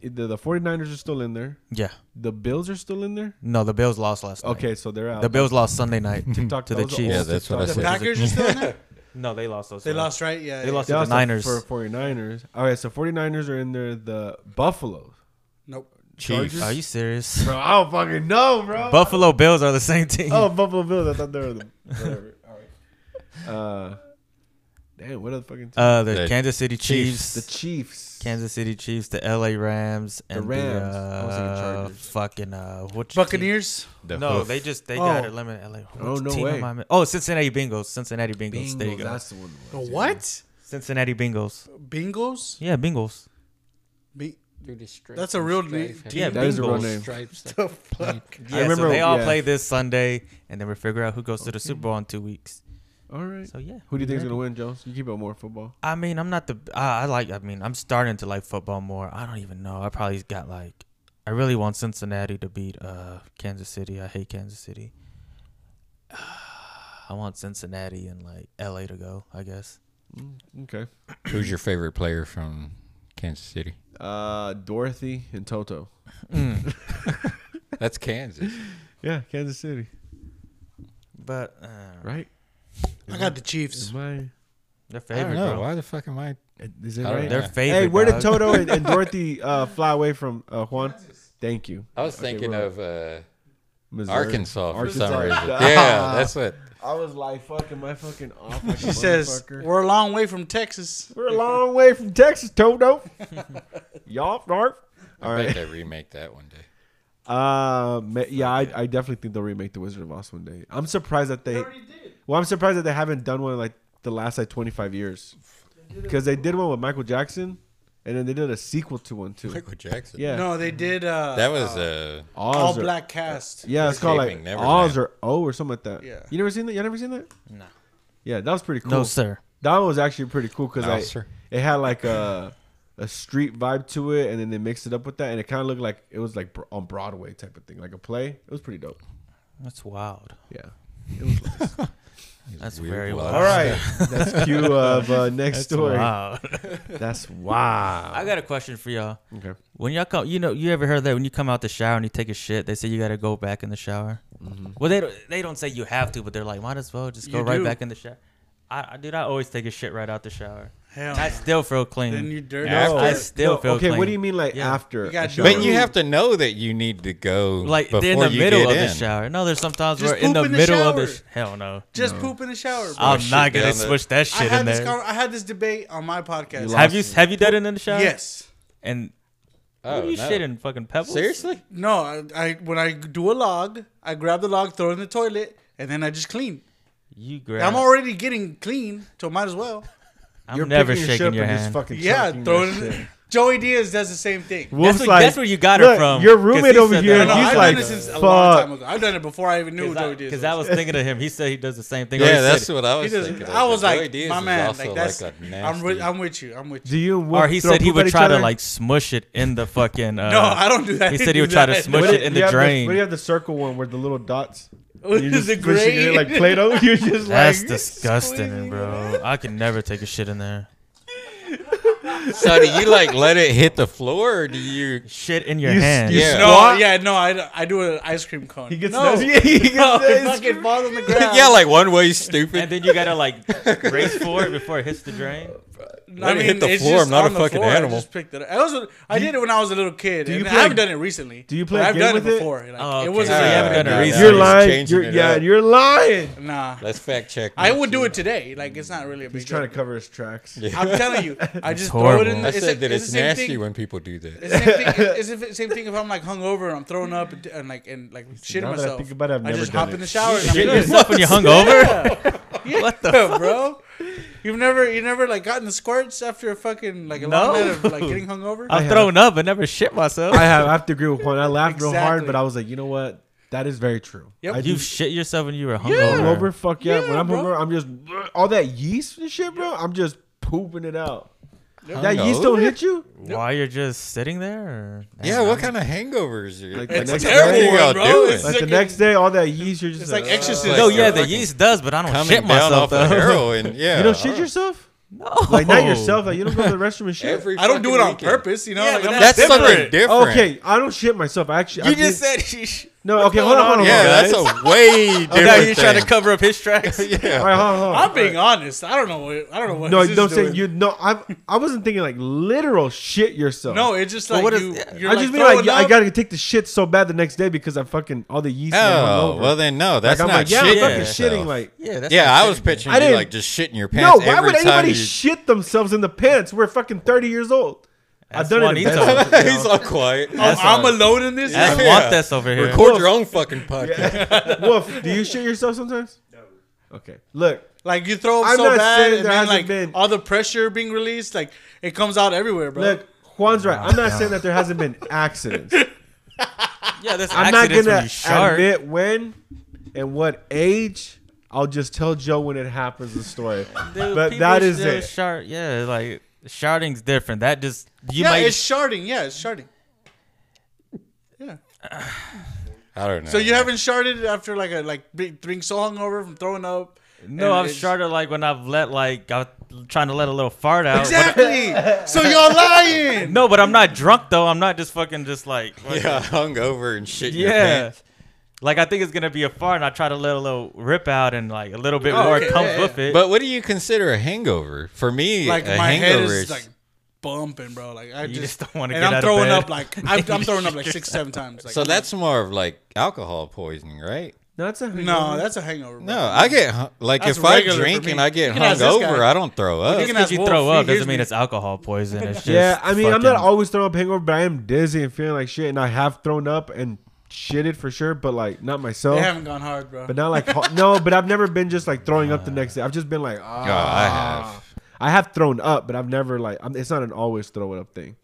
S2: The, the 49ers are still in there.
S3: Yeah.
S2: The Bills are still in there.
S3: No, the Bills lost last night.
S2: Okay, so they're out.
S3: The Bills lost Sunday night
S2: (laughs) TikTok
S3: to the
S2: that was the
S3: Chiefs.
S1: Yeah,
S2: old
S1: that's what I
S2: TikTok.
S1: said.
S3: (laughs)
S4: Packers are still in there?
S3: No, they lost those.
S4: They
S3: ones.
S4: lost, right? Yeah.
S3: They
S4: yeah.
S3: lost-
S2: They
S3: the
S2: also-
S3: Niners.
S2: For 49ers. All right, so 49ers are in there. The Buffalo.
S4: Nope.
S1: Chiefs.
S3: Are you serious?
S2: Bro, I don't fucking know, bro.
S3: Buffalo Bills are the same team.
S2: oh, Buffalo Bills. I thought they were
S3: (laughs)
S2: the. Whatever. All right. Uh, damn, what are the fucking teams?
S3: Uh, the
S1: The
S3: Kansas City
S1: Chiefs.
S3: Chiefs,
S2: the Chiefs.
S3: Kansas City Chiefs, the L.A. Rams, and the
S2: Rams. I was thinking
S3: uh,
S2: Chargers.
S3: fucking uh, what
S4: Buccaneers.
S1: The
S3: No,
S1: hoof.
S3: they just they
S4: Oh.
S3: got eliminated. LA.
S2: Oh,
S3: Which
S2: no
S3: team
S2: way.
S3: am I mi- oh, Cincinnati Bengals. Cincinnati Bengals.
S2: Bengals.
S3: There you go.
S2: That's the one. it
S4: The
S2: was, yeah.
S4: what?
S3: Cincinnati Bengals.
S4: Bengals?
S3: Yeah, Bengals.
S4: Be-
S5: Dude, it's stripes
S4: That's a
S5: and
S4: real
S5: stripes
S4: name.
S5: and
S3: Yeah,
S2: That is a real
S3: Bengals.
S2: name.
S5: Stripes. that
S4: the
S5: paint.
S4: fuck?
S3: Yeah,
S2: I remember-
S3: so they all
S2: yeah.
S3: play this Sunday, and then we figure out who goes to the Super Bowl in two weeks.
S2: All right.
S3: So yeah,
S2: Who do you think's
S3: ready.
S2: gonna win, Jones? You keep up more football.
S3: I mean, I'm not the. I, I like. I mean, I'm starting to like football more. I don't even know. I probably got like. I really want Cincinnati to beat uh Kansas City. I hate Kansas City. (sighs) I want Cincinnati and like LA to go. I guess
S2: Mm, Okay.
S1: Who's your favorite player from Kansas City?
S2: Uh, Dorothy and Toto.
S1: That's Kansas.
S2: Yeah, Kansas City.
S3: but uh,
S2: Right?
S4: I got the Chiefs.
S2: Am I?
S3: their
S1: I don't
S3: favorite.
S1: know.
S3: bro.
S1: Why the fuck am I?
S2: Is it
S1: I don't
S2: right?
S1: know.
S3: Their
S1: Yeah.
S3: favorite.
S2: Hey, where did
S3: dog.
S2: Toto (laughs) and, and Dorothy uh, fly away from uh, Juan? Thank you.
S1: I was
S2: Okay,
S1: thinking
S2: we're-
S1: of uh,
S2: Missouri.
S1: Arkansas Ah. for some
S2: Arkansas.
S1: reason. (laughs) yeah, that's what.
S2: I was like, fucking my fucking off. Like
S4: She says, We're a long way from Texas.
S2: We're a long way from Texas, (laughs) Toto. Y'all, Narf. All
S1: I
S2: right.
S1: bet they remake that one day.
S2: Uh, ma- yeah, I, I definitely think they'll remake The Wizard of Oz one day. I'm surprised that they. Well, I'm surprised that they haven't done one in like the last like 25 years, because they did one with Michael Jackson, and then they did a sequel to one too.
S1: Michael Jackson.
S2: Yeah,
S4: No, they did. Uh,
S1: That was
S4: uh,
S1: uh,
S2: Oz
S4: all
S2: or-
S4: black cast.
S2: Yeah, it's called like
S1: Escaping Neverland.
S2: Oz or O or something like that.
S4: Yeah.
S2: you never seen that? You never seen that?
S3: No.
S2: Yeah, that was pretty cool.
S3: No, sir.
S2: That one was actually pretty cool because
S1: No,
S2: I
S1: sir.
S2: it had like a a street vibe to it, and then they mixed it up with that, and it kind of looked like it was like bro- on Broadway type of thing, like a play. It was pretty dope.
S3: That's wild.
S2: Yeah. It was nice.
S3: That's
S1: weird
S3: very
S1: blood.
S3: wild.
S2: All right, that's cue of uh, next story.
S3: Wow. (laughs)
S2: That's wow.
S3: I got a question for y'all.
S2: okay.
S3: When y'all come, you know, you ever heard that when you come out the shower and you take a shit, they say you got to go back in the shower.
S1: Mm-hmm.
S3: Well, they don't, they don't say you have to, but they're like, might as well just go
S4: You
S3: right
S4: do.
S3: back in the shower. I, I dude, I always take a shit right out the
S4: (laughs)
S3: shower.
S4: Hell.
S3: I still feel clean.
S4: Then you dirty.
S1: No.
S2: Oh,
S3: I still feel
S2: okay. What
S3: clean.
S2: do you mean, like
S3: Yeah.
S2: after?
S4: You gotta
S2: a
S4: do
S2: shower?
S1: But you have to know that you need to go
S3: like
S1: before
S3: they're in the
S1: you
S3: middle
S1: get
S3: of
S1: in.
S3: the shower. No, there's sometimes
S4: Just
S3: we're in
S4: poop
S3: the
S4: in the
S3: middle of the
S4: shower.
S3: sh- hell no.
S4: Just poop in the shower. Bro.
S3: I'm not
S1: shit
S3: gonna
S1: down the-
S3: switch that
S4: I
S3: shit in
S4: had this. Con-
S3: there.
S4: I had this debate on my podcast.
S3: Have you have you done it in the shower?
S4: Yes.
S3: And
S1: Oh,
S3: what are you
S1: no.
S3: shitting fucking pebbles?
S1: Seriously?
S4: No. I, I when I do a log, I grab the log, throw it in the toilet, and then I just clean.
S3: You grab.
S4: I'm already getting clean, so might as well.
S3: I'm
S2: You're
S3: never
S2: picking shit
S3: shaking
S2: up
S3: your
S2: and just
S3: hand.
S2: fucking
S4: Yeah.
S2: chucking
S4: Throw
S2: that
S4: it.
S2: shit.
S4: In- Joey Diaz does the same thing.
S2: Wolf's
S3: that's, what,
S2: like,
S3: that's where you got
S2: look,
S3: it from.
S2: Your
S3: 'cause
S2: roommate
S3: he
S2: over
S3: said
S2: here,
S4: No, no,
S2: he's
S4: I've
S2: like,
S4: done this since a long time
S2: fuck.
S4: ago. I've done it before I even knew Joey Diaz.
S3: Because I was thinking of him. He said he does the same thing. Or he
S1: Yeah, that's
S3: said,
S1: what I was
S4: He does-
S1: thinking. of,
S4: I was
S1: but Joey
S4: like,
S1: Diaz
S4: my
S1: is
S4: man,
S1: also
S4: like that's.
S1: like a
S4: I'm, with,
S1: nasty-
S4: I'm with you. I'm with you.
S2: Do you? and Wolf
S3: Or he
S2: throw
S3: said he
S2: poop at
S3: would
S2: each
S3: try to
S2: other?
S3: like smush it in
S1: (laughs)
S3: the fucking. Uh,
S4: No, I don't do that.
S3: He
S4: I
S3: said he
S4: do (laughs)
S3: would try to
S4: that.
S3: smush
S2: do-
S3: it in
S2: you
S3: the
S2: have
S3: drain.
S2: what do you have the circle one where the little dots?
S4: What
S2: You
S4: is
S2: just
S4: the
S2: push it in
S4: grade?
S2: like Play-Doh. You just
S3: That's
S2: like
S3: disgusting, bro. I could never take a shit in there.
S1: So do you like let it hit the floor, or do you?
S3: Shit in your
S2: You s-
S3: hand.
S2: you
S1: Yeah.
S4: (laughs) No,
S2: Squat?
S4: yeah, no, I, I do an ice cream cone.
S2: He gets
S4: no,
S2: those. Yeah, he gets
S4: (laughs) it
S2: those.
S4: fucking falls on the ground.
S1: yeah, like one way, stupid.
S3: and then you
S1: (laughs)
S3: gotta like race for it before it hits
S2: (laughs)
S3: the drain.
S1: Let it hit the floor. I'm not a fucking
S4: I
S1: animal.
S4: just picked it. up. I also I did it when I was a little kid.
S2: do you
S4: and
S2: play
S4: I haven't
S2: a-
S4: done it recently.
S2: do you play
S4: but
S2: a
S4: I've
S2: game
S4: done
S2: with
S4: it
S2: it?
S4: before. Like,
S3: Oh, okay.
S4: It wasn't
S3: So you
S4: like-
S3: haven't done it
S1: Nah, nah,
S3: recently.
S2: You're
S1: he's
S2: lying.
S1: changing
S2: You're,
S1: it
S2: yeah,
S1: up.
S2: you're lying.
S4: Nah,
S1: Let's fact check.
S4: I would do it today. Like it's not really a big.
S2: He's trying to
S4: deal.
S2: cover his tracks.
S4: I'm telling you, I just throw it
S3: horrible.
S4: in.
S1: I
S4: The, it's
S1: said
S4: the-
S1: that
S4: it's
S1: it's,
S4: the same
S1: nasty
S4: thing-
S1: when people do that.
S4: It's the same thing. It's the same thing if I'm like hungover and I'm throwing up and, and like and like shitting
S2: now that I
S4: myself.
S2: think about it, I've
S4: I
S2: never
S4: just
S2: done
S4: hop
S2: it.
S4: in the shower. and I'm
S3: Shit
S4: good.
S2: (laughs)
S3: yourself when you're hungover.
S4: Yeah,
S3: What the
S4: (laughs) bro? You've never you never like gotten the squirts after a fucking like a long
S3: No.
S4: night of like getting hungover.
S3: I've
S2: have.
S3: thrown up but never shit myself.
S2: I have, I have to agree with Juan. I laughed real hard,
S4: Exactly.
S2: but I was like, you know what? That is very true.
S4: Yep.
S2: I do
S3: You've shit yourself when you were
S2: I'm
S3: hungover.
S2: over. Fuck yeah.
S4: Yeah,
S2: when I'm
S4: bro.
S2: over, I'm just all that yeast and shit, bro. I'm just pooping it out. That yeast
S1: Hungover?
S2: don't hit you.
S3: While you're just sitting there. Or?
S1: Yeah, what kind of hangovers are
S2: Like
S1: like,
S2: the
S1: what
S2: next
S1: are
S2: day,
S1: y'all
S4: bro.
S1: doing?
S4: It's
S2: Like
S4: like
S2: the
S4: a-
S2: next day, all that yeast, you're just
S4: It's like
S2: uh,
S4: exorcism.
S1: Like,
S3: No, Oh, yeah,
S1: you're
S3: the
S1: fucking
S3: yeast does, but I don't
S1: coming
S3: shit
S1: down
S3: myself
S1: off the
S3: though.
S1: heroin. Yeah,
S2: You don't shit yourself?
S3: No.
S2: (laughs) Like
S1: (laughs)
S2: not yourself. Like you don't go to the restroom and shit.
S1: Every
S4: I don't do it
S1: fucking
S4: on
S1: weekend.
S4: purpose, you know.
S3: Yeah,
S4: like,
S3: but
S4: I'm
S1: That's
S4: not-
S1: something different.
S2: Okay, I don't shit myself. I actually, I
S3: You
S1: (laughs)
S2: did-
S3: just said she.
S2: No, okay, hold on, hold on.
S1: Yeah,
S2: hold on.
S1: that's a way different
S3: Oh, now you're trying
S1: thing.
S3: to cover up
S1: (laughs)
S3: his tracks.
S1: yeah.
S2: All right, hold on, hold on.
S4: I'm being honest. I don't know what I don't know what.
S2: no,
S4: this is
S2: don't say
S4: doing.
S2: you. No, I I wasn't thinking like literal shit yourself.
S4: No, it's just
S3: Well,
S4: like
S3: what is-
S4: you.
S3: yeah.
S4: You're
S2: I
S4: like
S2: just mean like
S4: throwing
S2: I
S4: up.
S2: gotta take the shit so bad the next day because I fucking all the yeast. and all
S1: Oh,
S2: over.
S1: well then no,
S2: like,
S1: that's
S2: I'm
S1: not
S2: like, yeah, I'm
S1: shitting.
S2: fucking
S1: yourself.
S2: shitting like.
S3: Yeah, that's
S1: yeah,
S3: not
S1: I was
S3: shitting, man.
S1: picturing
S2: I
S1: you
S2: didn't-
S1: like just shitting your
S2: No,
S1: pants.
S2: why
S1: every
S2: would
S1: time
S2: anybody
S1: you-
S2: shit themselves in the pants? We're fucking thirty years old. I've
S3: That's
S2: done it. In
S3: Juanito.
S2: bed.
S1: (laughs)
S4: (laughs)
S1: He's all quiet.
S4: Oh,
S3: That's
S4: I'm
S3: all right.
S4: alone in this.
S1: (laughs)
S3: That's
S1: Yeah.
S3: Montes over here.
S1: Record your own fucking podcast. (laughs)
S2: Wolf, do you shit yourself sometimes? No. Okay. Look,
S4: Like you throw up
S2: I'm
S4: so
S2: not
S4: bad,
S2: saying
S4: and
S2: there
S4: then
S2: hasn't
S4: like
S2: been-
S4: all the pressure being released, like it comes out everywhere, bro.
S2: look, Juan's right. I'm not saying that there
S1: (laughs)
S2: hasn't been accidents.
S3: yeah, that's
S2: I'm not
S3: accidents when
S2: gonna
S3: you shark.
S2: admit when and what age. I'll just tell Joe when it happens the story.
S3: Dude,
S2: but
S3: people
S2: that is
S3: still
S2: it.
S3: Shart, yeah, like sharding's different. That just you
S4: yeah,
S3: might.
S4: it's sharding. Yeah, it's sharding.
S1: I don't know.
S4: So you haven't sharded after like a like big, being so hungover from throwing up.
S3: no,
S4: and
S3: I've
S4: it's-
S3: sharded like when I've let like I'm trying to let a little fart out.
S4: Exactly. so you're
S3: (laughs)
S4: lying.
S3: No, but I'm not drunk though. I'm not just fucking just
S4: (laughs)
S3: like
S1: (laughs) yeah, hungover and shit. in your
S3: yeah.
S1: pants.
S3: Like I think it's gonna be a fart, and I try to let a little rip out, and like a little bit
S4: Oh,
S3: more
S4: okay,
S3: comes
S4: yeah, yeah.
S3: with it.
S1: But what do you consider a hangover? For me,
S4: Like
S1: a
S4: my head
S1: hangover
S4: is,
S1: is
S4: like bumping, bro. Like I
S3: You just
S4: just,
S3: don't wanna
S4: and
S3: get
S4: I'm
S3: out of
S4: throwing
S3: bed.
S4: up like I'm, I'm throwing up like six, seven times. Like,
S1: so that's more of like alcohol poisoning, right?
S2: No, that's a
S4: no, that's a hangover. Bro.
S1: No, I get hu- like
S4: That's
S1: if I
S4: regular for
S1: drink and
S4: me.
S1: I get
S4: You can ask this
S1: hungover,
S4: guy.
S1: I don't throw up.
S4: You
S3: just
S4: can
S3: because
S4: ask
S3: you
S4: Wolf,
S3: throw
S4: he
S3: up
S4: hears
S3: doesn't mean
S4: me.
S3: it's alcohol poison.
S4: (laughs)
S3: It's just
S2: yeah. I mean, I'm not
S3: fucking-
S2: always throwing up hangover, but I am dizzy and feeling like shit, and I have thrown up and shitted for sure, but like not myself.
S4: They haven't gone hard, bro.
S2: But not like ho- no, but I've never been just like throwing up the next day. I've just been like, ah.
S1: Oh, I have.
S2: I have thrown up, but I've never like I'm, it's not an always throw it up thing.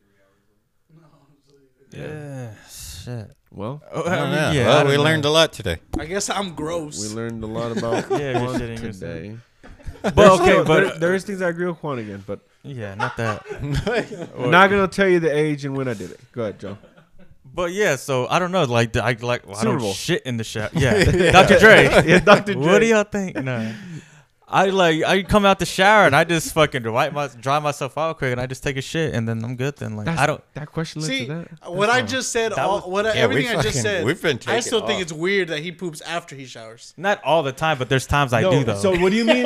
S3: Yeah, shit.
S2: Well,
S3: Oh.
S1: I don't know.
S3: Yeah, I
S1: well,
S3: don't
S1: we
S3: know.
S1: learned a lot
S4: (laughs)
S1: today.
S4: I guess I'm gross.
S2: we learned a lot about
S3: (laughs) Yeah, we're
S2: Juan
S3: shitting yourself.
S2: today.
S3: (laughs) But okay,
S4: (laughs)
S2: Still, there-
S3: but
S2: there is things I agree with Juan again, but
S3: yeah, not that.
S2: I'm not gonna tell you the age and when I did it. Go ahead, Joe.
S3: But yeah, so I don't know. Like the- I like well, I
S2: Super
S3: don't
S2: Bowl.
S3: shit in
S2: (laughs)
S3: the shower. Yeah, Dr. Dre.
S2: yeah, Dr.
S3: What do
S2: Dre.
S3: y'all think? No. I like I come out the shower and I just fucking wipe my dry myself out quick and I just take a shit and then I'm good then like I don't
S2: that question led
S4: See
S2: to that.
S4: what I just said.
S3: That
S4: All,
S3: was-
S4: what
S1: Yeah,
S4: I-
S1: we
S4: everything I
S1: fucking-
S4: just said.
S1: we've been
S4: I
S1: taking
S4: still think
S1: off.
S4: it's weird that he poops after he showers.
S3: not all the time but there's times I
S2: No,
S3: do though.
S2: so what do you
S3: (laughs)
S2: mean?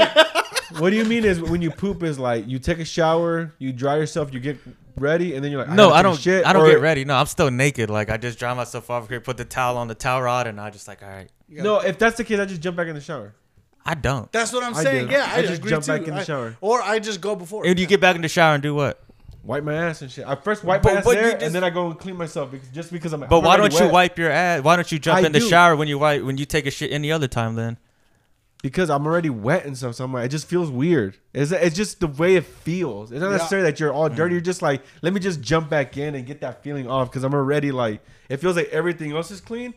S2: what do you mean is when you poop is like you take a shower, you dry yourself, you get ready, and then you're like, gotta
S3: no, I
S2: take a
S3: don't
S2: shit,
S3: I don't
S2: or-
S3: get ready. No, I'm still naked. Like I just dry myself off quick, put the towel on the towel rod and I just like all right.
S4: You gotta-
S2: No, if that's the case, I just jump back in the shower.
S3: I don't.
S4: that's what I'm
S2: I
S4: saying.
S2: do.
S4: Yeah,
S2: I
S4: I,
S2: just
S4: agree
S2: jump
S4: too.
S2: back in the
S4: I-
S2: shower.
S4: or I just go before.
S3: And you get back in the shower and do what?
S2: Wipe my ass and shit. I first wipe
S3: But-
S2: my ass
S3: but you
S2: there,
S3: just-
S2: and then I go and clean myself because just because I'm.
S3: But
S2: I'm
S3: why
S2: already
S3: don't you
S2: wet.
S3: wipe your ass? Why don't you jump
S2: I
S3: in the
S2: do.
S3: shower when you wipe when you take a shit any other time then?
S2: Because I'm already wet and stuff. So I'm like, it just feels weird. It's, it's just the way it feels. It's not
S4: Yeah.
S2: necessarily that you're all
S3: Mm.
S2: dirty. You're just like, let me just jump back in and get that feeling off because I'm already like, it feels like everything else is clean,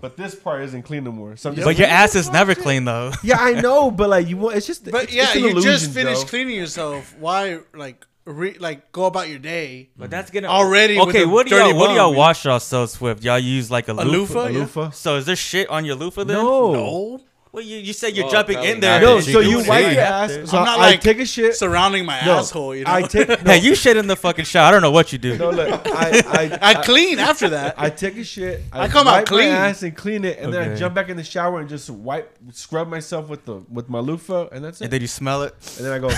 S2: but this part isn't clean no more. So I'm just
S3: But
S2: like,
S3: your ass is never clean though.
S2: yeah, I know, but like you want, it's just.
S4: But
S2: it's-
S4: yeah,
S2: it's an
S4: you just
S2: illusion,
S4: finished
S2: Joe.
S4: cleaning yourself. Why, like, re, like go about your day?
S3: But that's gonna
S4: Already with
S3: Okay,
S4: a
S3: what do
S4: dirty
S3: y'all what do
S4: bum,
S3: y'all
S4: you-
S3: wash yourselves with? Y'all use like a,
S4: A
S3: loofah.
S4: loofah?
S2: A
S4: yeah.
S2: loofah?
S3: So is there shit on your loofah then?
S2: No.
S4: No,
S3: Well, you, you said you're
S1: Oh,
S3: jumping
S1: probably
S3: in there.
S1: not.
S2: No,
S1: Did you
S2: so
S1: do
S2: you
S1: it?
S2: wipe
S1: Yeah.
S2: your ass. So
S4: I'm not
S2: I
S4: like
S2: take a shit.
S4: surrounding my
S2: No,
S4: asshole. You know,
S2: I take. No,
S3: (laughs) Hey, you shit in the fucking shower. I don't know what you do.
S2: (laughs) no, look, I, I,
S4: (laughs) I clean after that.
S2: I take a shit. I,
S4: I come out
S2: wipe
S4: clean.
S2: My ass and clean it, and then I
S3: Okay.
S2: jump back in the shower and just wipe, scrub myself with the with my loofah, and that's it.
S3: And then you smell it.
S2: And
S4: (laughs)
S2: then I go,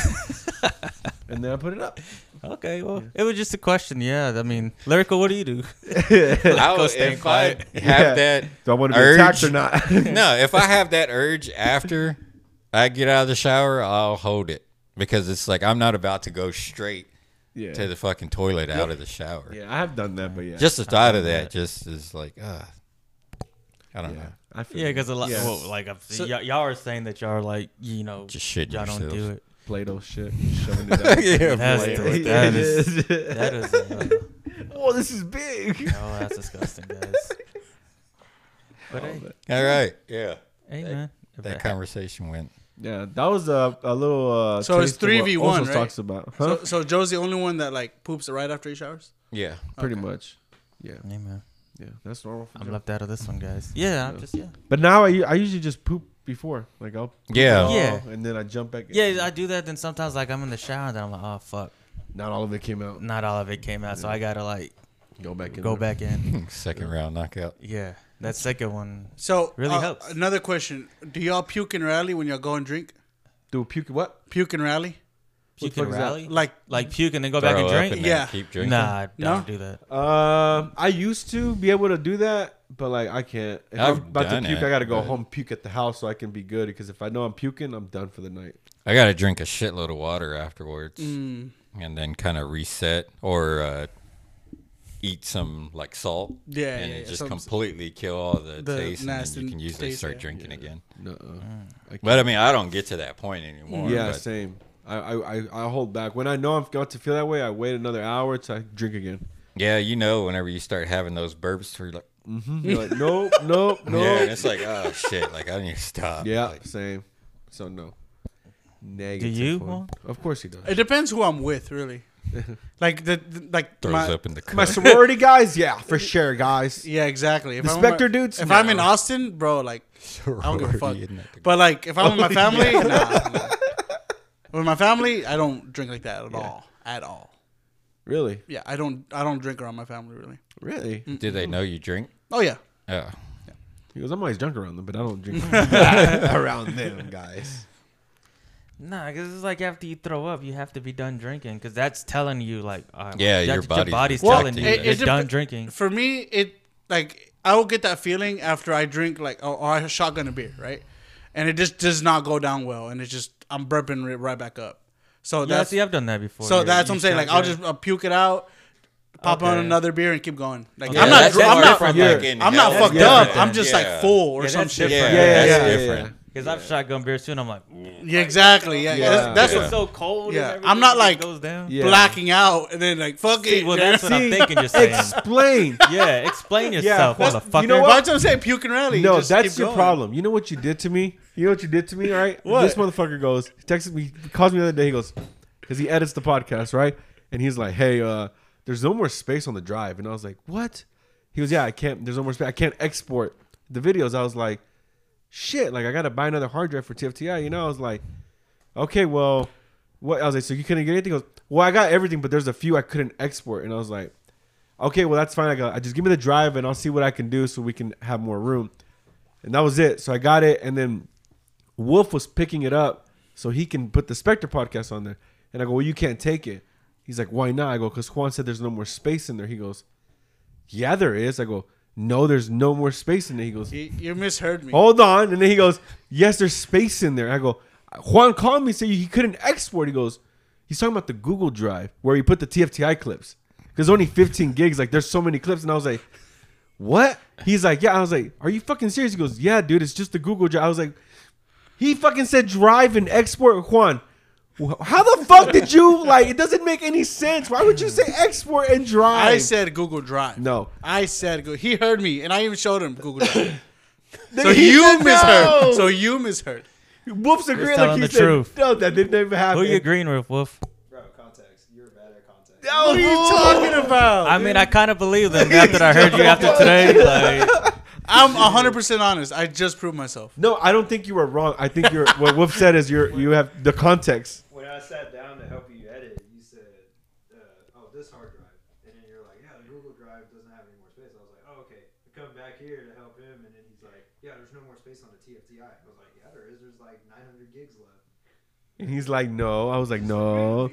S2: and then I put it up.
S3: Okay, well, it was just a question. Yeah, I mean, lyrical. What do you do? (laughs)
S1: I,
S3: Go
S1: would-
S3: stay
S1: if I
S3: quiet.
S2: Yeah.
S1: have that,
S2: Do I want to be
S1: urge,
S2: attacked or not?
S4: (laughs)
S1: no, if I have that urge after I get out of the shower, I'll hold it because it's like I'm not about to go straight
S2: yeah.
S1: to the fucking toilet out of the shower.
S2: yeah, I have done that, but yeah,
S1: Just the thought of that just is like, ah, I don't
S2: yeah,
S1: know.
S2: I feel
S3: Yeah, because a lot.
S2: Yeah.
S3: Well, like I've- y- y'all are saying that y'all are like you know
S1: Just shitting
S3: y'all don't
S1: yourselves.
S3: do it.
S2: Play-doh shit, shoving
S4: (laughs)
S2: it down.
S1: yeah,
S3: That's
S1: boy.
S2: (laughs)
S3: the-
S2: Yeah, it (laughs)
S3: that is
S2: is.
S3: that is. Uh,
S2: oh, this is big.
S3: (laughs) oh, that's disgusting, guys. But
S2: Oh,
S3: hey,
S1: all right, yeah.
S3: hey, man. If
S1: That
S3: it-
S1: conversation went.
S2: Yeah, that was a, a little. Uh,
S4: So it's
S2: taste of what
S4: 3v1,
S2: Osos
S4: right?
S2: Talks about, huh?
S4: so, so Joe's the only one that like poops right after he showers.
S1: Yeah,
S2: Pretty much. Yeah,
S3: Hey, man.
S2: yeah, that's normal. For
S3: I'm
S2: Joe.
S3: left out of this one, guys. Yeah, I'm just yeah.
S2: But now I, u- I usually just poop before, like I'll poop
S1: Yeah.
S2: it all,
S3: Yeah.
S2: and then I jump back. in.
S3: Yeah, I do that. Then sometimes, like, I'm in the shower, and then I'm like, oh fuck,
S2: not all of it came out.
S3: not all of it came out, so I gotta like
S2: Go back in.
S3: go
S2: there.
S3: (laughs) back in.
S1: second round knockout.
S3: Yeah, That second one.
S4: So
S3: Really
S4: uh,
S3: helps.
S4: Another question: Do y'all puke and rally when y'all go and drink?
S2: Do puke what?
S4: Puke and rally?
S3: Puke
S2: the
S3: and
S2: fuck is that?
S3: rally?
S4: Like
S3: Like puke and then go back and
S1: Throw up
S3: drink?
S1: then
S4: Yeah.
S1: Keep drinking.
S3: Nah, I
S4: No?
S3: don't do that.
S2: Um, I used to be able to do that, but like I can't. If
S1: I've
S2: I'm about to
S1: done
S2: puke,
S1: it,
S2: I gotta go
S1: but-
S2: home puke at the house so I can be good. Because if I know I'm puking, I'm done for the night.
S1: I gotta drink a shitload of water afterwards,
S4: Mm.
S1: and then kind of reset or uh, eat some like salt.
S4: Yeah,
S1: and
S4: yeah,
S1: it
S4: yeah,
S1: just
S4: some-
S1: completely kill all the,
S4: the
S1: taste, and then
S4: nasty
S1: you can usually
S4: taste,
S1: start
S4: yeah.
S1: drinking again.
S2: No.
S1: Mm. But I mean, I don't get to that point anymore.
S2: Yeah,
S1: but
S2: same. I, I I I hold back when I know I'm about to feel that way. I wait another hour till I drink again.
S1: yeah, you know, whenever you start having those burps, you're like,
S2: You're like, nope, nope, nope.
S1: yeah, and
S2: (laughs) Yeah,
S1: it's like, oh shit, like I need to stop. Like,
S2: same. So no. Negative.
S3: you,
S2: one.
S3: Juan?
S2: Of course he does.
S4: it depends who I'm with, really. like the, the- like
S1: throws
S4: my,
S1: up in the
S2: My
S1: cup.
S2: sorority guys, yeah, for sure, guys.
S4: Yeah, exactly. If
S2: The
S4: I'm with
S2: Spectre
S4: my-
S2: dudes?
S4: If I'm in Austin, bro, like I don't give a fuck.
S1: Sorority, isn't that the-
S4: But like if I'm
S1: (laughs)
S4: with my
S2: Oh,
S4: family, nah, nah. with my family, I don't drink like that at all. At all.
S2: Really,
S4: Yeah, I don't. I don't drink around my family really.
S2: really.
S1: Do they know you drink?
S4: Oh yeah.
S1: Oh,
S2: He goes, I'm always drunk around them, but I don't (laughs) drink around them guys.
S3: Nah, because it's like after you throw up, you have to be done drinking because that's telling you like, all right,
S1: Yeah,
S3: you-
S1: your body's
S3: telling
S1: reacting
S3: you
S1: to
S3: you're
S1: that.
S4: It- it
S3: done
S4: dep-
S3: drinking.
S4: For me, it like I will get that feeling after I drink like or, or I shotgun a beer, right? And it just does not go down well, and it just I'm burping it right back up. So
S3: yeah,
S4: that's
S3: see, I've done that before.
S4: so
S3: You-
S4: that's
S3: you
S4: what I'm saying.
S3: shot
S4: Like I'll
S3: that.
S4: just uh, puke it out, pop on
S3: Okay.
S4: another beer, and keep going. Like
S3: Okay,
S4: I'm
S3: that-
S4: not. Dr-
S3: that's
S4: I'm not.
S3: different.
S2: Yeah.
S1: in
S4: I'm not
S1: hell,
S4: fucked
S1: yeah.
S4: up. I'm just like
S1: Yeah.
S4: full or
S3: Yeah,
S4: some
S3: that's
S4: shit.
S1: Yeah,
S2: Yeah, yeah,
S1: that's
S2: yeah,
S1: different.
S3: Because I've shotgun beer too, and I'm like,
S4: Yeah, exactly. Yeah,
S2: Yeah.
S4: that's, that's
S1: Yeah.
S4: what
S3: it's so cold. and
S4: Yeah, I'm
S3: everything,
S4: not
S3: it
S4: like-
S3: goes down.
S2: Yeah.
S4: blacking out, and then like fuck
S3: See,
S4: it. (laughs)
S3: well,
S4: yeah.
S3: that's what I'm
S2: See?
S3: thinking. You're saying,
S2: Explain.
S3: yeah, explain yourself,
S2: that's-
S3: motherfucker.
S2: you know what?
S4: That's what I'm saying. Puke and rally.
S2: No,
S4: just
S2: that's
S4: keep
S2: your
S4: going.
S2: problem. You know what you did to me? You know what you did to me, all right?
S4: (laughs) What?
S2: This motherfucker goes, he texted me, he calls me the other day, he goes, because he edits the podcast, right? And he's like, hey, uh, there's no more space on the drive. And I was like, what? He goes, yeah, I can't, there's no more space. I can't export the videos. I was like, shit, like I got to buy another hard drive for TFTI. You know, I was like, okay, well, what? I was like, so you couldn't get anything? He goes, well, I got everything, but there's a few I couldn't export. And I was like, okay, well, that's fine. I go, I just give me the drive and I'll see what I can do so we can have more room. And that was it. So I got it. And then Wolf was picking it up so he can put the Spectre podcast on there. And I go, well, you can't take it. He's like, why not? I go, because Juan said there's no more space in there. He goes, yeah, there is. I go, no, there's no more space in there. He goes,
S4: You, you misheard me.
S2: hold on. And then he goes, yes, there's space in there. I go, Juan called me and said he couldn't export. He goes, he's talking about the Google Drive where he put the TFTI clips. There's only 15 gigs. Like, there's so many clips. And I was like, what? He's like, yeah. I was like, are you fucking serious? He goes, yeah, dude, it's just the Google Drive. I was like, he fucking said drive and export, Juan. wh- How the fuck did you like? It doesn't make any sense. Why would you say export and drive?
S4: I said Google Drive.
S2: No.
S4: I said Google. He heard me, and I even showed him
S2: (laughs)
S4: Google Drive. so
S2: He
S4: you
S2: said
S4: misheard.
S2: no.
S4: So you misheard.
S2: Whoops, agree. Like
S3: telling
S2: he
S3: the
S2: said,
S3: truth.
S2: no, that didn't even happen.
S3: Who you agreeing with, Wolf?
S2: No, what are
S4: Oh.
S2: you talking about?
S3: I mean, I kind of believe them
S2: (laughs)
S3: after I heard you after today. Like,
S4: I'm 100 percent honest. I just proved myself.
S2: No, I don't think you were wrong. I think you're what Wolf said is you're you have the context.
S5: when I sat down to help you edit, you said, uh, "Oh, this hard drive," and then you're like, "Yeah, the Google Drive doesn't have any more space." I was like, "Oh, okay." I come back here to help him, and then he's like, "Yeah, there's no more space on the TFTI." I was like, "Yeah, there is. There's like 900 gigs left."
S2: And he's like, No. I was like, No.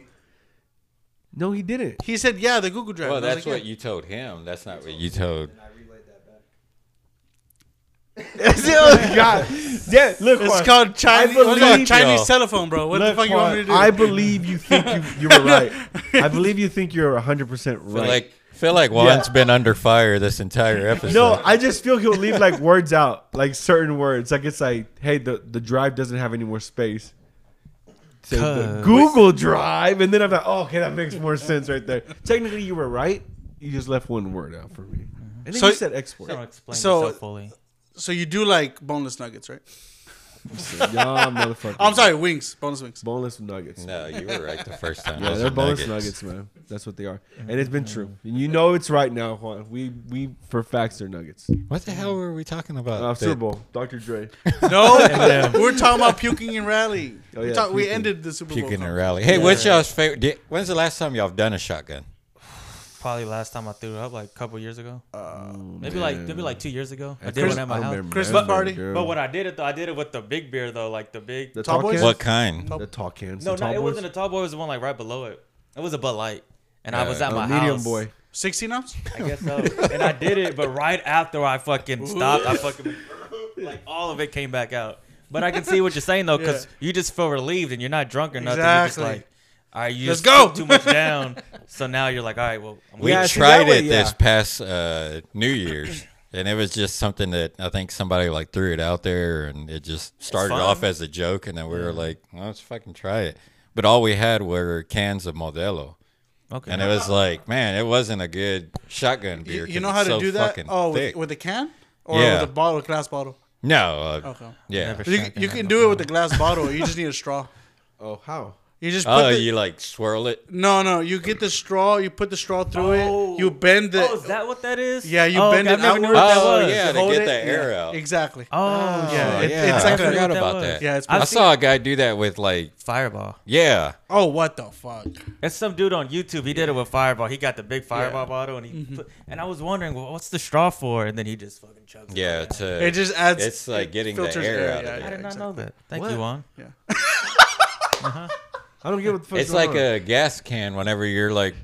S2: No, he didn't.
S4: He said, "Yeah, the Google Drive."
S1: Well,
S4: And I was
S1: that's
S4: like,
S1: what you told him. That's not what you told.
S5: And I relayed that back.
S2: That's the only guy. Yeah, look,
S4: yeah. It's
S2: Juan,
S4: called Chinese.
S2: believe-
S4: what's that, Chinese
S1: Yo.
S4: telephone, bro. What the
S2: look,
S4: fuck you want me to
S2: Juan,
S4: do?
S2: I believe you think you,
S4: (laughs)
S2: you were right. I believe you think you're 100%
S1: Feel
S2: right.
S1: like feel like Juan's been under fire this entire episode.
S2: (laughs) no, I just feel he'll leave like words out, like certain words. Like it's like, hey, the, the drive doesn't have any more space. So the
S3: Cuz.
S2: Google Drive, and then I'm like, oh, okay, that makes more sense right there. Technically, you were right. You just left one word out for me. And then
S4: So-
S2: you said export.
S3: don't explain
S4: So-
S3: yourself fully.
S4: so you do like boneless nuggets, right?
S2: yeah,
S4: (laughs)
S2: motherfucker.
S4: I'm sorry, wings, boneless wings.
S2: Boneless nuggets.
S1: No, you were right the first time.
S2: (laughs) Yeah,
S1: Those
S2: they're
S1: are
S2: boneless nuggets. man. That's what they are, and it's been true. And you know it's right now, Juan. We we for facts they're nuggets.
S1: What the hell were we talking about?
S2: Uh,
S1: That-
S2: Super Bowl, Dr.
S3: (laughs)
S2: Dre.
S1: (laughs)
S4: No, we're talking about puking and rallying.
S2: Oh,
S4: we,
S2: yeah,
S4: talk, we
S2: puking.
S4: ended the Super Bowl.
S1: Puking and
S4: conversation.
S1: rally. Hey, what's y'all's favorite? Did, when's the last time y'all have done a shotgun?
S3: probably last time I threw up, like a couple years ago. maybe like maybe like two years ago. I
S2: At
S3: did
S2: Chris-
S3: one at my
S2: Uh, I
S3: house.
S2: remember
S4: Christmas
S2: that,
S4: party?
S2: girl.
S3: But when I did it though, I did it with the big beer though, like the big.
S2: the tall
S4: Tall boys?
S2: cans,
S1: What kind?
S2: the tall cans,
S3: no,
S2: the tall
S3: no, it
S2: boys?
S3: wasn't a tall boy. It was the one like right below it. It was a Bud Light, and I
S1: Yeah.
S3: was at
S2: A
S3: my
S2: Uh, medium
S3: house.
S2: boy.
S4: Sixteen ounce.
S3: I guess so. and I did it, but right after I fucking stopped, I
S4: (laughs)
S3: fucking like all of it came back out. But I can see what you're saying though, because you just feel relieved and you're not drunk or nothing. You're
S4: Exactly.
S3: just like, all right, you
S4: Let's
S3: just
S4: go."
S3: took too much
S4: (laughs)
S3: down. So now you're like, all right, well, I'm
S1: We
S3: gonna-
S2: Yeah, see,
S1: tried
S2: that way,
S1: it this
S2: yeah.
S1: past uh, New Year's, and it was just something that I think somebody like threw it out there, and it just started
S3: fun.
S1: off as a joke, and then we were like, well, "Let's fucking try it." But all we had were cans of Modelo,
S3: okay.
S1: and it was like, man, it wasn't a good shotgun
S4: You,
S1: beer.
S4: you
S1: 'cause
S4: know how
S1: it's
S4: to
S1: so
S4: do that?
S1: fucking
S4: Oh, with,
S1: thick.
S4: with a can or
S1: Yeah.
S4: with a bottle, glass bottle.
S1: no, uh,
S4: Okay.
S1: yeah.
S3: Never
S4: You,
S3: shotgun
S4: you
S3: that
S4: can
S3: no
S4: do it with a
S3: problem.
S4: glass bottle. You just need a straw.
S2: Oh, how?
S4: You just put
S1: Oh,
S4: the,
S1: you like swirl it?
S4: no no. You get the straw. You put the straw through
S3: Oh.
S4: it. You bend the
S3: Oh, is that what that is?
S4: yeah. You
S3: oh,
S4: bend
S3: okay,
S4: it
S3: I never knew
S4: outward.
S3: what that
S1: Oh,
S3: was.
S1: yeah. to
S4: You hold
S1: get
S4: it,
S1: that air out.
S4: Exactly.
S3: Oh,
S4: Yeah,
S1: Oh,
S4: it-
S1: yeah.
S4: it's
S1: I
S4: like a-
S1: forgot
S3: that
S1: about
S3: was.
S1: that.
S4: Yeah, it's
S1: I
S4: pretty-
S1: saw a guy do that with like,
S3: Fireball.
S1: yeah,
S4: Oh, what the fuck?
S3: That's some dude on YouTube. He did it with Fireball. He got the big Fireball bottle, and he
S4: Mm-hmm.
S3: put, and I was wondering, well, what's the straw for? And then he just fucking chugged. it.
S1: yeah. It's, a,
S4: It just adds.
S1: it's like
S4: it
S1: getting the
S4: filters
S1: air, out of
S4: yeah,
S1: it.
S3: I did
S4: yeah,
S3: not know
S4: exactly.
S3: that. Thank
S2: What?
S3: you, Juan.
S4: (laughs)
S2: I don't get what the fuck.
S1: It's like a gas can whenever you're like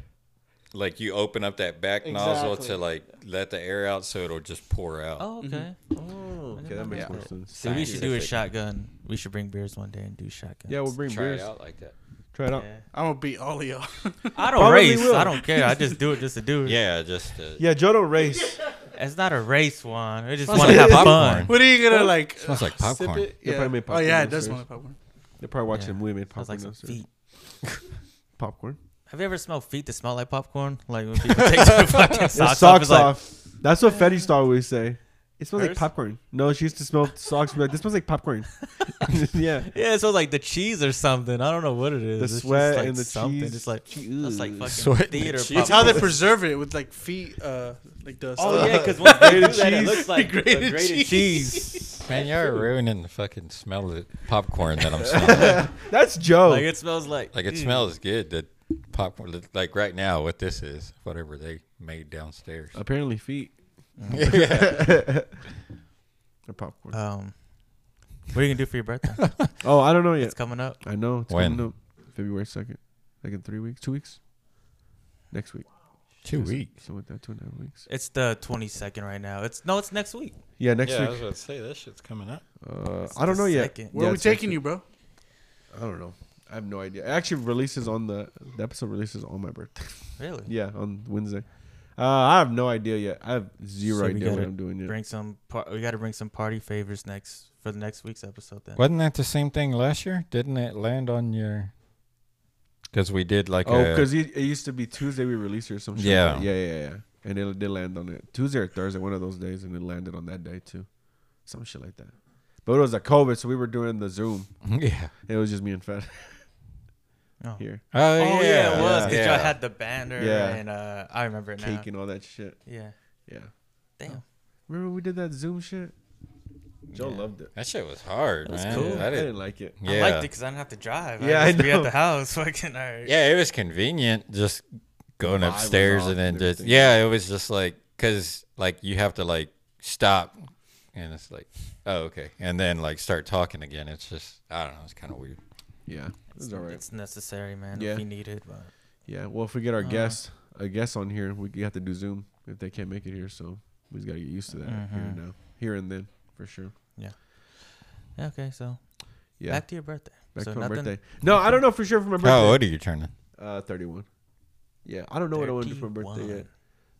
S1: like you open up that back nozzle to
S4: Exactly.
S1: like let the air out so it'll just pour out.
S3: Oh, okay.
S2: Oh, okay, that makes more sense.
S3: So we should do a
S1: Scientific.
S3: shotgun. We should bring beers one day and do shotguns.
S2: Yeah, we'll bring
S1: Try
S2: beers.
S1: it out like that.
S2: Try it out.
S3: Yeah.
S4: I'm gonna beat all of y'all. (laughs)
S3: I don't
S2: Probably
S3: race.
S2: will.
S3: I don't care. I just do it just to do it.
S1: Yeah, just uh,
S2: Yeah, Joe don't
S3: (laughs)
S2: race.
S3: It's not a race, Juan. I just
S1: Smells
S3: want to
S1: like
S3: have
S1: popcorn.
S3: fun.
S4: what are you gonna like?
S1: smells like popcorn.
S4: Sip it?
S2: They
S4: Yeah.
S2: probably made
S4: oh yeah, it
S2: popcorn
S4: does
S2: upstairs.
S4: smell like popcorn.
S2: They're probably watching
S3: Yeah.
S2: a movie made popcorn.
S3: Smells like some
S2: upstairs.
S3: feet.
S2: Popcorn.
S3: Have you ever smelled feet that smell like popcorn? Like when people
S2: (laughs)
S3: take their fucking
S2: Yeah,
S3: socks, off.
S2: socks
S3: it's like-
S2: off. That's what Fetty Star would say. It smells like
S3: Hers?
S2: popcorn. No, she used to smell socks. Be like, this smells like
S3: (laughs)
S2: popcorn. (laughs) yeah.
S3: Yeah, it smells like the cheese or something. I don't know what it is.
S2: The
S3: It's just
S2: sweat
S3: like
S2: and the
S3: something.
S2: cheese.
S3: It's like
S2: Cheese.
S3: that's like fucking
S1: Sweat and
S3: theater.
S1: cheese.
S4: It's how they
S3: popcorn.
S4: preserve it with like feet, uh, like the.
S2: (laughs)
S3: Oh yeah, because once they do that, it
S2: cheese. (laughs)
S3: looks like the
S4: Grated
S3: grated cheese.
S1: Man, y'all are ruining the fucking smell of popcorn that I'm smelling.
S2: That's Joe.
S3: Like it smells like
S1: like it
S3: mm.
S1: smells good. The popcorn, like right now, what this is, whatever they made downstairs. (laughs)
S2: Apparently feet. (laughs) Or popcorn.
S3: Um, what are you gonna do for
S2: (laughs)
S3: your birthday?
S2: oh, I don't know yet.
S3: it's coming up.
S2: I know. It's
S1: When?
S2: coming up February 2nd. Like in three weeks, two weeks? Next week.
S1: Two
S2: So with that, two and a half weeks.
S3: It's the twenty second right now. It's no, it's next week.
S2: Yeah, next
S1: Yeah, I was
S2: week.
S1: about to say that shit's coming up.
S2: Uh,
S3: It's
S2: I don't
S3: the
S2: know yet.
S3: second.
S4: (laughs) Where
S2: Yeah,
S4: are we
S2: it's next
S4: taking
S2: week.
S4: you, bro?
S2: I don't know. I have no idea. It actually releases on the, the episode releases on my birthday. (laughs)
S3: Really?
S2: Yeah, on Wednesday. Uh, I have no idea yet. I have zero
S3: So we
S2: idea what
S3: gotta
S2: I'm doing yet.
S3: Bring some. Par- we got to bring some party favors next for the next week's episode. Then.
S1: Wasn't that the same thing last year? Didn't it land on your? Because we did like
S2: Oh,
S1: a-
S2: because it it used to be Tuesday we released it or some shit.
S1: Yeah.
S2: like that. yeah, yeah, yeah. And it did land on it Tuesday or Thursday, one of those days, and it landed on that day too, some shit like that. But it was a COVID, so we were doing the Zoom.
S1: (laughs) yeah.
S2: It was just me and Fed
S3: Oh.
S2: (laughs) here,
S1: Oh,
S3: Oh yeah, it was because
S1: yeah.
S3: y'all had the banner
S2: Yeah.
S3: and uh, I remember it now.
S2: cake and all that shit.
S3: Yeah.
S2: Yeah,
S3: Damn.
S2: remember we did that Zoom shit? Joe
S3: Yeah.
S2: loved it.
S1: That shit was hard,
S3: was
S1: man.
S3: cool.
S1: I
S2: I
S1: didn't,
S2: didn't like it.
S1: yeah.
S3: I liked it because I didn't have to drive.
S2: Yeah, I
S3: I just be
S2: know.
S3: at the house. (laughs) Fucking. All right.
S1: yeah, it was convenient just going
S2: vibe was
S1: upstairs
S2: off
S1: and then
S2: and
S1: just
S2: everything.
S1: yeah, it was just like because like you have to like stop and it's like oh okay and then like start talking again. It's just I don't know. It's kind of weird.
S2: Yeah, it was alright.
S3: It's necessary, man.
S2: Yeah.
S3: If you need it, but
S2: Yeah, well, if we get our
S3: Uh.
S2: guests, a guest on here, we have to do Zoom if they can't make it here. So we just gotta get used to that
S3: Mm-hmm.
S2: here and now, here and then for sure.
S3: Yeah, okay. So
S2: Yeah,
S3: back to your birthday.
S2: Back
S3: so
S2: to my birthday. No, I don't know for sure for my birthday.
S1: How old are you turning?
S2: Uh, 31. Yeah, I don't know what I want to do for my birthday
S3: 31.
S2: yet.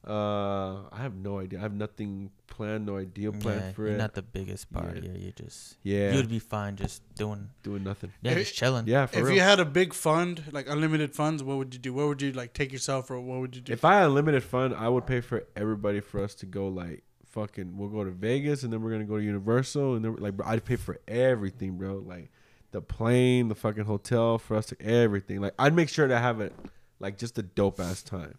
S2: Uh, I have no idea. I have nothing planned, no idea planned
S3: Yeah,
S2: for
S3: you're
S2: it.
S3: not the biggest partier. You just
S2: yeah,
S3: you'd be fine just doing
S2: doing nothing.
S3: yeah,
S4: If-
S3: just chilling.
S2: Eh, Yeah, for
S4: if
S2: real.
S4: you had a big fund, like unlimited funds, what would you do? Where would you like take yourself, or what would you do?
S2: if I had unlimited fund, I would pay for everybody for us to go like fucking. We'll go to Vegas and then we're gonna go to Universal and then like bro, I'd pay for everything, bro. Like the plane, the fucking hotel for us to everything. Like I'd make sure to have it like just a dope ass time.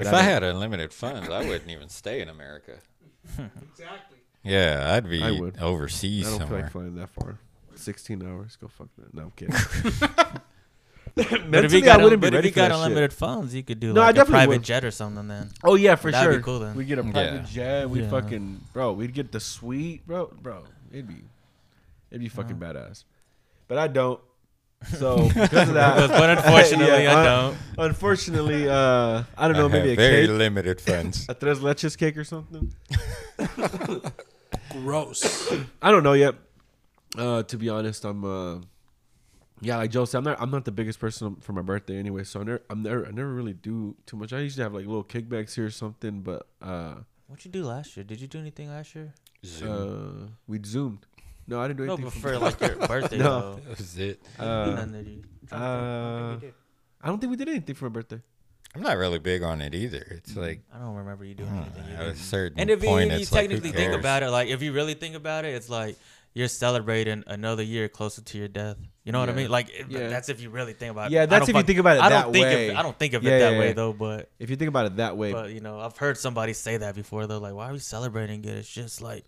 S1: If
S2: But
S1: I
S2: don't-
S1: had unlimited funds, I wouldn't even stay in America.
S4: exactly.
S1: Yeah, I'd be
S2: I would.
S1: overseas
S2: I don't feel
S1: somewhere.
S2: (laughs) like flying that far. 16 hours. Go fuck that. No, I'm kidding.
S3: (laughs) But if you
S2: Mentally, I
S3: got,
S2: wouldn't be
S3: but if
S2: ready
S3: you
S2: for that
S3: got
S2: shit.
S3: unlimited funds, you could do
S2: No, I
S3: like a
S2: definitely
S3: private
S2: would.
S3: jet or
S2: (laughs)
S3: something. Then
S2: Oh yeah, for
S3: That'd be
S2: sure.
S3: cool then.
S2: We get a private jet. We
S3: Yeah.
S2: fucking bro. We'd get the suite, bro. Bro, it'd be, it'd be fucking
S3: Uh-huh.
S2: badass. But I don't.
S3: (laughs)
S2: So because of that,
S3: but
S2: (laughs)
S3: unfortunately,
S2: Yeah,
S3: I
S2: uh,
S3: don't.
S2: Unfortunately, uh, I don't know.
S1: have
S2: maybe a
S1: very
S2: cake,
S1: limited
S2: (laughs)
S1: funds.
S2: a tres leches cake or something.
S4: Gross.
S2: I don't know yet. Uh, to be honest, I'm. Uh, yeah, like Joe said, I'm not. I'm not the biggest person for my birthday anyway. So I never. I'm never. I never really do too much. I usually have like little kickbacks here or something. But uh,
S3: What'd you do last year? Did you do anything last year?
S1: Zoom.
S2: uh we zoomed. No, I didn't do
S3: No,
S2: anything.
S3: but
S2: for-
S3: for like your
S2: (laughs)
S3: birthday.
S2: No.
S3: no.
S1: that was it.
S3: (laughs)
S2: uh,
S3: None that you
S2: uh, I don't think we did anything for my birthday.
S1: I'm not really big on it either. It's like
S3: I don't remember you
S1: I
S3: doing
S1: don't
S3: anything.
S1: know,
S3: you
S1: at a
S3: didn't.
S1: certain
S3: And if you,
S1: Hmm, point,
S3: if you
S1: it's like, who
S3: technically think
S1: cares?
S3: about it, like if you really think about it, it's like you're celebrating another year closer to your death. You know what
S2: Yeah.
S3: I mean? Like it-
S2: Yeah.
S3: that's if you really think about it.
S2: Yeah,
S3: I
S2: that's
S3: don't
S2: if you think about it
S3: I don't
S2: that
S3: think
S2: way.
S3: Of, I don't think of
S2: Yeah,
S3: it that
S2: yeah,
S3: way
S2: yeah.
S3: though, but
S2: If you think about it that way,
S3: but you know, I've heard somebody say that before. They're like, "Why are we celebrating it? It's just like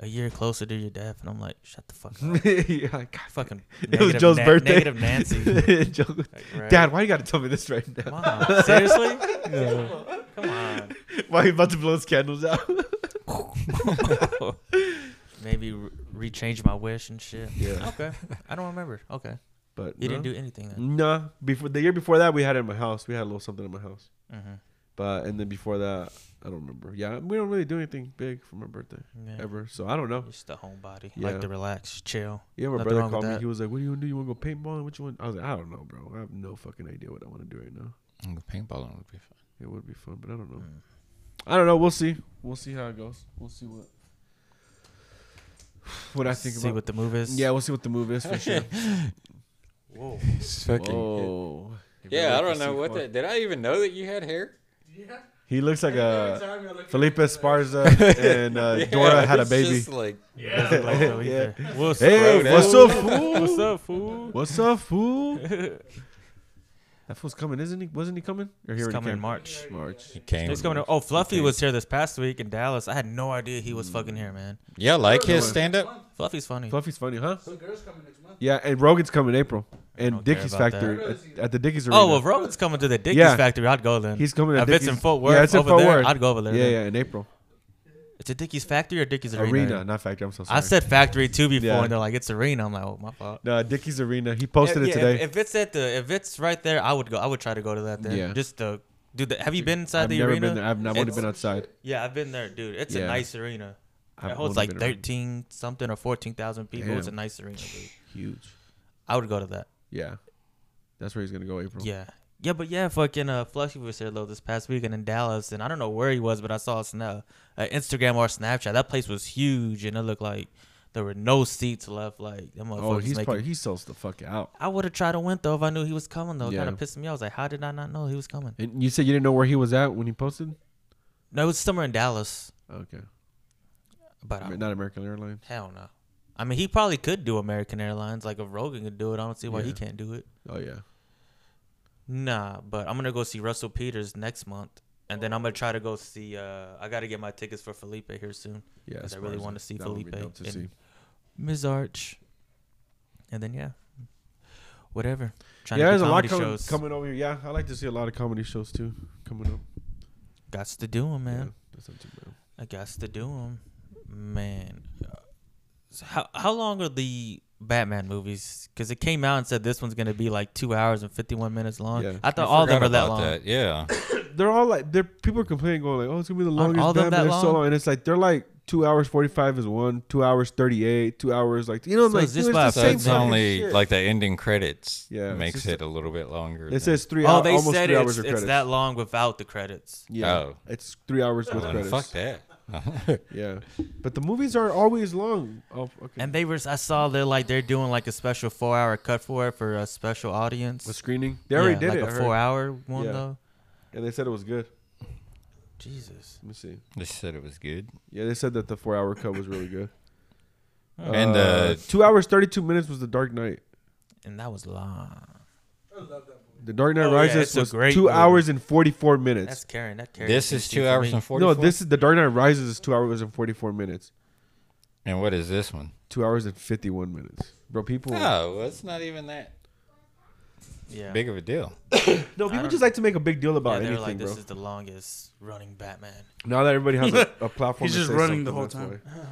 S3: a year closer to your death." And I'm like, "Shut the fuck
S2: (laughs)
S3: up."
S2: (laughs) yeah, God,
S3: Fucking
S2: (laughs) it was
S3: negative
S2: Joe's
S3: Na-
S2: birthday.
S3: Negative
S2: (laughs)
S3: Nancy.
S2: Joe-
S3: right.
S2: Dad, why you got to tell me this right now? (laughs)
S3: Come on, seriously? Come on.
S2: Why you about to blow his candles out?
S3: Maybe re- rechange my wish and shit.
S2: Yeah.
S3: Okay. I don't remember. Okay.
S2: But
S3: You
S2: no.
S3: didn't do anything then.
S2: Nah, before the year before that, we had it in my house. We had a little something in my house.
S3: Mm-hmm.
S2: But and then before that, I don't remember. Yeah, we don't really do anything big for my birthday
S3: Yeah.
S2: ever. So I don't know.
S3: You're just a homebody.
S2: Yeah.
S3: Like to relax, chill.
S2: Yeah, my
S3: Nothing
S2: brother
S3: wrong with
S2: called me.
S3: that.
S2: He was like, "What do you want to do? You want to go paintballing? What you want?" I was like, "I don't know, bro. I have no fucking idea what I want to do right now.
S1: Mm, Paintballing would be fun.
S2: It would be fun, but I don't know.
S3: Mm.
S2: I don't know. We'll see. We'll see how it goes. We'll see what (sighs) what I think
S3: See
S2: about.
S3: what the move is.
S2: yeah, we'll see what the move is
S3: (laughs)
S2: for sure.
S3: Whoa.
S4: Oh.
S2: Whoa.
S1: Yeah, I
S2: Look
S1: don't
S2: to
S1: know
S2: see
S1: what
S2: far.
S1: that. Did I even know that you had hair?
S4: yeah.
S2: He looks like
S4: Every
S2: a
S4: time you're looking
S2: Felipe
S4: at me,
S3: (laughs)
S2: Esparza and uh, Dora had
S1: (laughs)
S2: a
S1: it's
S2: baby.
S1: Just like
S4: Yeah.
S2: (laughs)
S3: Like, no,
S2: Yeah.
S3: either. What's
S2: Hey,
S1: Bro,
S2: what's up,
S1: that's-
S2: fool?
S3: What's up, fool?
S2: What's up,
S3: (laughs)
S2: fool? That fool's coming, isn't he? Wasn't he coming? Or
S3: He's
S2: already
S3: coming in
S2: came?
S3: March.
S2: March.
S1: he came.
S3: He's coming. To, oh, Fluffy was here this past week in Dallas. I had no idea he was fucking here, man.
S1: Yeah, like his stand up.
S3: Fluffy's funny.
S2: Fluffy's funny, huh?
S4: Some girls coming next month.
S2: Yeah, and Rogan's coming in April, and
S3: don't care
S2: Dickie's
S3: about
S2: Factory
S4: that.
S2: at, at the Dickie's Arena.
S3: Oh, well, if Roman's coming to the Dickies
S2: Yeah.
S3: factory, I'd go then.
S2: he's coming. At
S3: if it's
S2: Dickey's-
S3: in Fort Worth,
S2: yeah, it's in
S3: over
S2: Fort
S3: there,
S2: Worth.
S3: I'd go over there.
S2: Yeah,
S3: then.
S2: yeah, in April.
S3: It's a Dickies factory or Dickies arena.
S2: Arena, not factory. I'm so sorry.
S3: I said factory too before,
S2: Yeah.
S3: and they're like, "It's arena." I'm like, "Oh, my fault."
S2: no, Dickie's Arena. He posted it
S3: Yeah, yeah,
S2: today.
S3: If, if it's at the, if it's right there, I would go. I would try to go to that then.
S2: Yeah.
S3: Just to do the. Have you been inside
S2: I've
S3: the
S2: never
S3: arena?
S2: been there. I've not only
S3: It's-
S2: been outside.
S3: Yeah, I've been there, dude. It's
S2: Yeah.
S3: a nice arena.
S2: I've
S3: it holds
S2: only
S3: like
S2: been around.
S3: 13 something or 14,000 people. It's a
S2: Damn.
S3: nice arena, dude.
S2: Huge.
S3: I would go to that.
S2: Yeah, that's where he's gonna go April.
S3: Yeah. Yeah, but yeah, fucking uh, Flushy was here though this past weekend in Dallas, and I don't know where he was, but I saw a sna- uh, Instagram or Snapchat. That place was huge, and it looked like there were no seats left. Like, that motherfucker's
S2: Oh, he's
S3: making.
S2: probably he sells the fuck out.
S3: I would have tried to win though if I knew he was coming though. It
S2: Yeah.
S3: Kind of pissed me off. I was like, how did I not know he was coming?
S2: And you said you didn't know where he was at when he posted.
S3: No, it was somewhere in Dallas,
S2: Okay,
S3: but I,
S2: not American Airlines.
S3: hell no. I mean, he probably could do American Airlines. Like, if Rogan could do it, I don't see why he
S2: Yeah.
S3: can't do it.
S2: Oh yeah,
S3: Nah, but I'm gonna go see Russell Peters next month, and then I'm gonna try to go see. Uh, I gotta get my tickets for Felipe here soon.
S2: yeah.
S3: 'Cause I really
S2: Sparza.
S3: wanna see
S2: That would be
S3: Felipe
S2: dope to
S3: in-
S2: see.
S3: Ms. Arch, and then yeah, whatever. Trying
S2: yeah,
S3: to
S2: there's
S3: do
S2: a lot
S3: comedy
S2: coming,
S3: shows.
S2: coming over here. Yeah, I like to see a lot of comedy shows too coming up.
S3: Gots to do 'em, man.
S2: Yeah, that's not too bad.
S3: I gots to do 'em, man. So How how long are the Batman movies? Because it came out and said this one's gonna be like two hours and fifty one minutes long.
S2: Yeah.
S3: I thought
S1: I
S3: all of them
S1: forgot
S3: were
S1: about
S3: that long.
S1: Yeah,
S2: They're all like, they're people are complaining, going like, "Oh, it's gonna be the longest
S3: all of them
S2: Batman
S3: that
S2: in so
S3: long?
S2: long," and it's like they're like two hours forty five is one, two hours thirty eight, two hours like you know, I'm
S3: So
S2: like
S3: is this
S2: dude,
S3: why
S2: it's the
S1: so
S2: same
S1: it's
S2: fucking
S1: only
S2: shit.
S1: like the ending credits
S2: Yeah, it's
S1: makes
S2: just-
S1: it a little bit longer.
S2: it says three.
S3: Oh,
S2: hours.
S3: they
S2: almost
S3: said
S2: three
S3: it's,
S2: hours of
S3: it's
S2: credits.
S3: that long without the credits.
S2: Yeah,
S1: Oh.
S2: it's three hours with
S1: than,
S3: Oh,
S2: credits.
S1: fuck that. (laughs)
S2: Yeah, but the movies are always long. Oh, okay.
S3: And they were, I saw they're like they're doing like a special four hour cut for it for a special audience.
S2: the screening they already
S3: Yeah,
S2: did
S3: like
S2: it, I
S3: a
S2: heard.
S3: four hour one
S2: Yeah.
S3: though.
S2: and they said it was good.
S3: Jesus,
S2: Let me see.
S1: they said it was good.
S2: Yeah, they said that the four hour cut was really good.
S1: And
S2: Uh,
S1: the
S2: two hours thirty two minutes was the Dark Knight.
S3: and that was long.
S4: I love that movie.
S2: The Dark Knight
S3: Oh, yeah,
S2: Rises
S3: it's a
S2: was
S3: great
S2: two
S3: movie.
S2: hours and forty four minutes.
S3: That's Karen. That Karen.
S1: this is two hours and forty.
S2: No, this is the Dark Knight Rises is two hours and forty four minutes.
S1: And what is this one? Oh,
S2: Two hours and fifty one minutes, bro. People,
S1: No, it's not even that.
S3: Yeah.
S1: big of a deal.
S2: No, people
S3: don't-
S2: just like to make a big deal
S3: yeah,
S2: about
S3: they're
S2: anything,
S3: like, this
S2: bro.
S3: is the longest running Batman.
S2: (laughs) Now that everybody has a,
S3: (laughs)
S2: a platform,
S4: He's
S2: to
S4: just
S2: say
S4: running the
S2: something,
S4: whole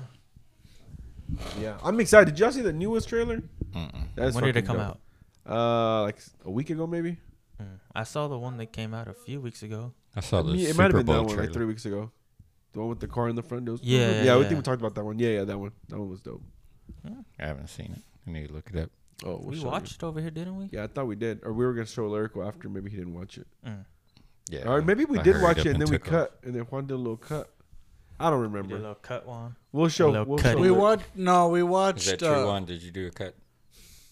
S2: that's
S3: (sighs)
S2: why. Yeah, I'm excited. Did y'all see the newest trailer?
S1: Mm-mm.
S2: That is
S3: when did it
S2: fucking
S3: come
S2: dope.
S3: out?
S2: Uh, like a week ago, maybe.
S3: Mm. I saw the one that came out a few weeks ago.
S1: I saw the
S2: Yeah, it
S1: Super
S2: might have been
S1: Bowl
S2: that one
S1: trailer.
S2: like three weeks ago. The one with the car in the front doors.
S3: Yeah,
S2: yeah.
S3: yeah,
S2: I
S3: yeah.
S2: think we talked about that one. Yeah, yeah, that one. That one was dope.
S1: I haven't seen it. I need to look it up.
S2: Oh, we'll
S3: we
S2: show you.
S3: watched it over here, didn't we?
S2: Yeah, I thought we did, or we were gonna show Lyrical after. Maybe he didn't watch it,
S3: Mm.
S1: Yeah,
S2: or maybe we
S1: I
S2: did
S1: hurried
S2: watch
S1: up
S2: it and then we
S1: took
S2: cut,
S1: off.
S2: and then Juan did a little cut. I don't
S3: We did a
S2: remember.
S3: little cut one.
S2: We'll show.
S3: little
S2: We'll
S3: cut.
S2: show
S4: (laughs) We
S2: Lyrical.
S4: watched. No, we
S1: Is
S4: watched.
S1: that
S4: uh,
S1: true one? Did you do a cut?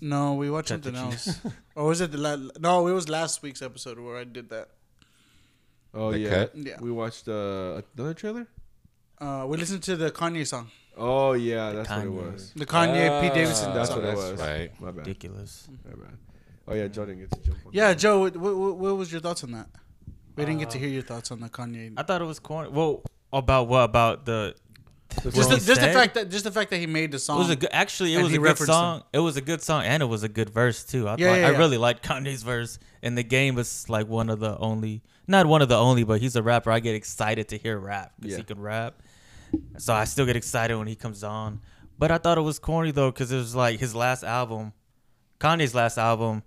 S4: No, we watched
S3: Cut the
S4: something else.
S1: (laughs)
S4: or was it the la- no? It was last week's episode where I did that.
S2: Oh
S1: The
S2: yeah,
S1: cut?
S4: Yeah.
S2: we watched uh, another trailer.
S4: Uh, we listened to the Kanye song,
S2: Oh yeah,
S3: The
S2: that's what it
S3: Kanye.
S2: was.
S4: the Kanye P Davidson
S2: That's
S4: song.
S2: what it
S1: Oh, that's
S2: was.
S1: right.
S2: My bad.
S3: Ridiculous.
S2: My bad. Oh yeah, Joe didn't get to jump on.
S4: Yeah,
S2: that.
S4: Joe, what, what, what was your thoughts on that? We didn't get to hear your thoughts on the Kanye.
S3: I thought it was corny. Well, about what? About the.
S2: That's
S4: Just,
S3: what
S4: the,
S3: he
S4: just the
S3: said?
S4: fact that just the fact that he made the
S3: It
S4: song.
S3: was a good, actually. It
S4: And
S3: was
S4: he
S3: a good
S4: referenced
S3: song. It was a good song, and it was a good verse too. I
S4: Yeah,
S3: thought,
S4: yeah,
S3: I
S4: yeah.
S3: really liked Kanye's verse, and the game is like one of the only, not one of the only, but he's a rapper. I get excited to hear rap because
S2: Yeah.
S3: he can rap, so I still get excited when he comes on. But I thought it was corny though, because it was like his last album, Kanye's last album.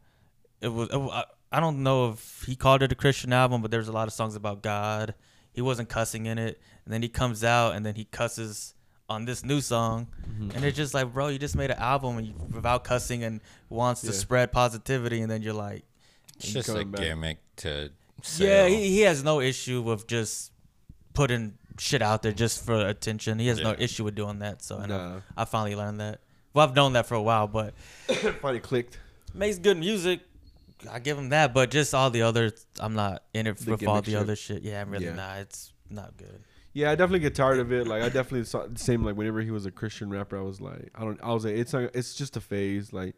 S3: It was. It, wa- I, I don't know if he called it a Christian album, but there's a lot of songs about God. He wasn't cussing in it, and then he comes out and then he cusses on this new song, and it's just like, bro, you just made an album and you, without cussing and wants to
S2: Yeah.
S3: spread positivity, and then you're like,
S1: It's just a
S2: coming back.
S1: gimmick to.
S3: yeah,
S1: sell.
S3: he, he has no issue with just putting shit out there just for attention. He has no
S1: Yeah.
S3: issue with doing that. So, and
S2: Nah.
S3: I, I finally learned that. Well, I've known that for a while, but
S2: Finally clicked.
S3: makes good music. I give him that, but just all the other, I'm not in it
S2: The
S3: with all
S2: gimmick
S3: the
S2: shit.
S3: other shit. Yeah, I'm really
S2: Yeah.
S3: not. It's not good.
S2: Yeah, I definitely get tired of it. Like I definitely saw same like whenever he was a Christian rapper, I was like, I don't, I was like, it's like, it's just a phase. Like,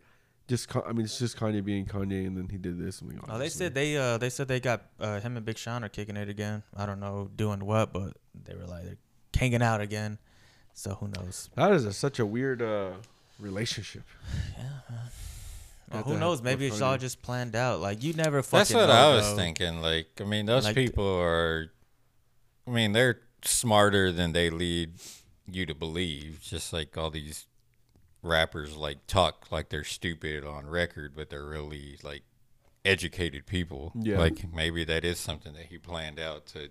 S2: just Ka- I mean, it's just Kanye being Kanye, and then he did this. I'm like,
S3: Oh, they
S2: this is-
S3: said they uh they said they got uh, him and Big Sean are kicking it again. I don't know doing what, but they were like they're hanging out again. So who knows?
S2: that is a, such a weird uh, relationship.
S3: Well,
S2: Got
S3: who
S2: that
S3: knows? Maybe
S2: with
S3: it's all
S2: Kanye.
S3: just planned out. Like you never fucking.
S1: That's what
S3: know,
S1: I was
S3: bro.
S1: thinking. Like, I mean, those
S3: Like the-
S1: people are. I mean, they're smarter than they lead you to believe. Just like all these rappers, like talk like they're stupid on record, but they're really like educated people.
S2: Yeah.
S1: Like maybe that is something that he planned out to